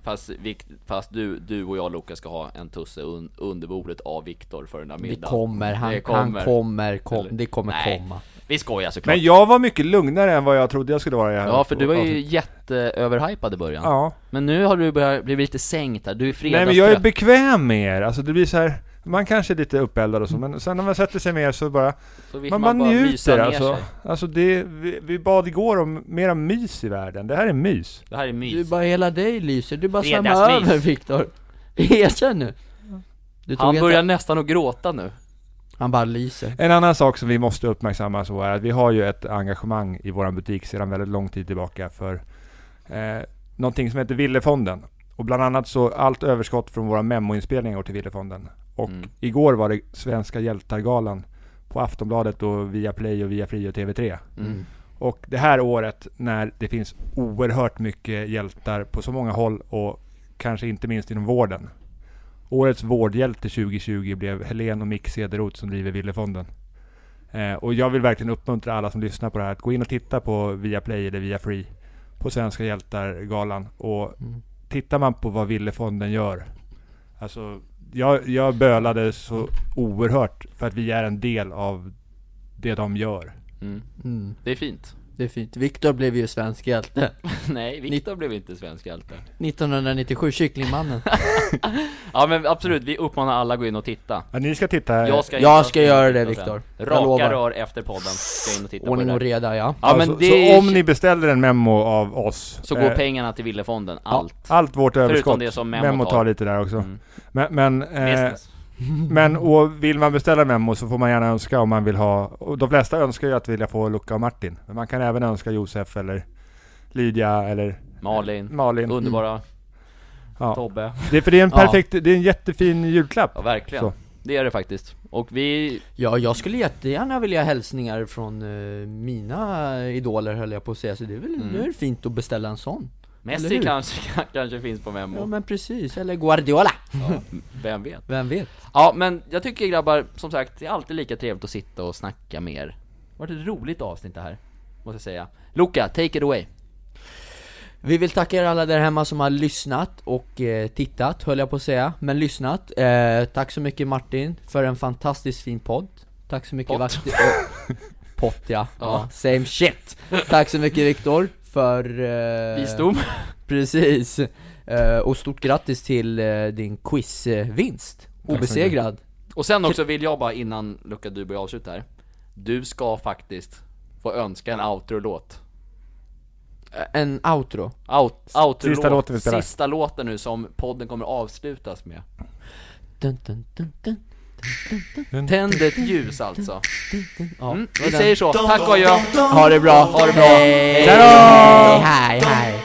[SPEAKER 2] Fast, Vic, fast du, du och jag Lukas ska ha en tusse un, under bordet av Viktor för den där
[SPEAKER 3] Det
[SPEAKER 2] middagen.
[SPEAKER 3] kommer, han
[SPEAKER 2] Det
[SPEAKER 3] kommer,
[SPEAKER 2] kommer.
[SPEAKER 3] han kommer, kom,
[SPEAKER 2] Eller-
[SPEAKER 3] det kommer
[SPEAKER 2] Nej.
[SPEAKER 3] komma
[SPEAKER 2] Vi skojar såklart.
[SPEAKER 4] Men jag var mycket lugnare än vad jag trodde jag skulle vara i det här
[SPEAKER 2] ja, för du var ju
[SPEAKER 4] avsnittet.
[SPEAKER 2] jätteöverhypad i början.
[SPEAKER 4] Ja.
[SPEAKER 2] Men nu har du börjat bli lite sänkt här, du är
[SPEAKER 4] Nej men jag är
[SPEAKER 2] fredagstrött.
[SPEAKER 4] bekväm med er. Alltså det blir så här, man kanske är lite uppeldad och så, men sen när man sätter sig med er så bara
[SPEAKER 2] Så Mm. vill
[SPEAKER 4] Man, man,
[SPEAKER 2] bara mysa
[SPEAKER 4] njuter
[SPEAKER 2] ner
[SPEAKER 4] alltså.
[SPEAKER 2] sig.
[SPEAKER 4] alltså det, vi, vi bad igår om mera mys i världen. Det här är mys.
[SPEAKER 2] Det här är
[SPEAKER 3] Du
[SPEAKER 2] mys.
[SPEAKER 3] bara, hela dig lyser, du bara svämmar
[SPEAKER 2] Fredagsmys.
[SPEAKER 3] över Viktor Erkänn nu! Du tog
[SPEAKER 2] Han
[SPEAKER 3] ett-
[SPEAKER 2] börjar nästan att gråta nu.
[SPEAKER 3] han bara lyser
[SPEAKER 4] En annan sak som vi måste uppmärksamma så är att vi har ju ett engagemang i vår butik sedan väldigt lång tid tillbaka för eh, någonting som heter Villefonden. Och bland annat så allt överskott från våra memoinspelningar går till Villefonden. Och
[SPEAKER 2] Mm.
[SPEAKER 4] igår var det Svenska Hjältargalan på Aftonbladet och via Play och via Fri och TV3.
[SPEAKER 2] Mm.
[SPEAKER 4] Och det här året när det finns oerhört mycket hjältar på så många håll och kanske inte minst inom vården. Årets vårdhjälte 2020 blev Helen och Mick Cederroth som driver Villefonden. Eh, och jag vill verkligen uppmuntra alla som lyssnar på det här att gå in och titta på Viaplay eller Via Free på Svenska Hjältar-galan. Och
[SPEAKER 3] Mm.
[SPEAKER 4] tittar man på vad Villefonden gör. Alltså, jag, jag bölade så oerhört för att vi är en del av det de gör.
[SPEAKER 2] Mm.
[SPEAKER 3] mm,
[SPEAKER 2] Det är fint.
[SPEAKER 3] Det är fint, Viktor blev ju svensk hjälte
[SPEAKER 2] Nej, Viktor blev inte svensk hjälte.
[SPEAKER 3] 1997, kycklingmannen
[SPEAKER 2] Ja men absolut, vi uppmanar alla att gå in och titta.
[SPEAKER 4] Ja, ni ska titta.
[SPEAKER 2] Jag ska,
[SPEAKER 3] Jag
[SPEAKER 2] in-
[SPEAKER 3] ska göra det,
[SPEAKER 2] och sen.
[SPEAKER 3] Viktor. Jag
[SPEAKER 2] Raka
[SPEAKER 3] lovar.
[SPEAKER 2] rör efter podden, ska in och titta
[SPEAKER 3] Ordning
[SPEAKER 2] på
[SPEAKER 3] och
[SPEAKER 2] det där.
[SPEAKER 3] reda ja
[SPEAKER 2] Ja
[SPEAKER 4] så,
[SPEAKER 2] men
[SPEAKER 4] Alltså, så
[SPEAKER 2] det
[SPEAKER 4] om ni beställer en memo av oss
[SPEAKER 2] så går
[SPEAKER 4] eh,
[SPEAKER 2] pengarna till Villefonden, allt.
[SPEAKER 4] Allt vårt överskott,
[SPEAKER 2] det som Memo
[SPEAKER 4] memo, tar
[SPEAKER 2] tar.
[SPEAKER 4] lite där också
[SPEAKER 2] Mm.
[SPEAKER 4] Men, men, eh,
[SPEAKER 2] Business. Mm.
[SPEAKER 4] men och vill man beställa memo så får man gärna önska om man vill ha och De flesta önskar ju att vilja få Luca och Martin Men man kan även önska Josef eller Lydia eller
[SPEAKER 2] Malin,
[SPEAKER 4] Malin mm.
[SPEAKER 2] underbara
[SPEAKER 4] ja.
[SPEAKER 2] Tobbe.
[SPEAKER 4] det, är- För det är en
[SPEAKER 3] Ja.
[SPEAKER 4] perfekt, det är en jättefin julklapp
[SPEAKER 2] Ja verkligen.
[SPEAKER 4] Så.
[SPEAKER 2] Det är det faktiskt. Och vi,
[SPEAKER 3] Ja, jag skulle jättegärna vilja ha hälsningar från eh, mina idoler höll jag på att säga, så det är väl nu är det fint att beställa en sån Eller
[SPEAKER 2] Messi
[SPEAKER 3] hur?
[SPEAKER 2] kanske, kanske finns på
[SPEAKER 3] Ja
[SPEAKER 2] Memo.
[SPEAKER 3] men precis, eller Guardiola!
[SPEAKER 2] Vem vet?
[SPEAKER 3] Vem vet?
[SPEAKER 2] Ja men jag tycker grabbar, som sagt, det är alltid lika trevligt att sitta och snacka med er. Det har varit ett roligt avsnitt det här, måste jag säga. Luca, take it away.
[SPEAKER 3] Vi vill tacka er alla där hemma som har lyssnat och eh, tittat, höll jag på att säga, men lyssnat. Eh, tack så mycket Martin för en fantastiskt fin podd. Tack så mycket
[SPEAKER 2] Pott.
[SPEAKER 3] Vakt- eh, Pott ja. ja, same shit! Tack så mycket Viktor för... Eh,
[SPEAKER 2] Visdom.
[SPEAKER 3] Precis! Eh, och stort grattis till eh, din quizvinst!
[SPEAKER 4] mycket.
[SPEAKER 3] Obesegrad!
[SPEAKER 2] Och sen också vill jag bara innan Luca du börjar avsluta här Du ska faktiskt få önska en outro-låt.
[SPEAKER 3] Eh, En outro.
[SPEAKER 2] Out, outro-låt.
[SPEAKER 4] Sista låten vi spelar.
[SPEAKER 2] Sista låten nu som podden kommer avslutas med.
[SPEAKER 3] Dun, dun, dun, dun.
[SPEAKER 2] Tänd ett ljus alltså.
[SPEAKER 3] Ja,
[SPEAKER 2] Mm,
[SPEAKER 3] det
[SPEAKER 2] vi
[SPEAKER 3] var den.
[SPEAKER 2] säger så, tack och adjö! Ha det bra! Ha det bra!
[SPEAKER 3] Hej,
[SPEAKER 2] Hej då!
[SPEAKER 3] hej, hej.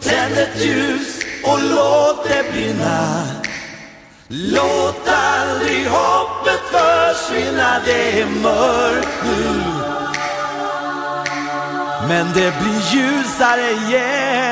[SPEAKER 1] Tänd ett ljus och låt det brinna Låt aldrig hoppet försvinna Det är mörkt nu Men det blir ljusare igen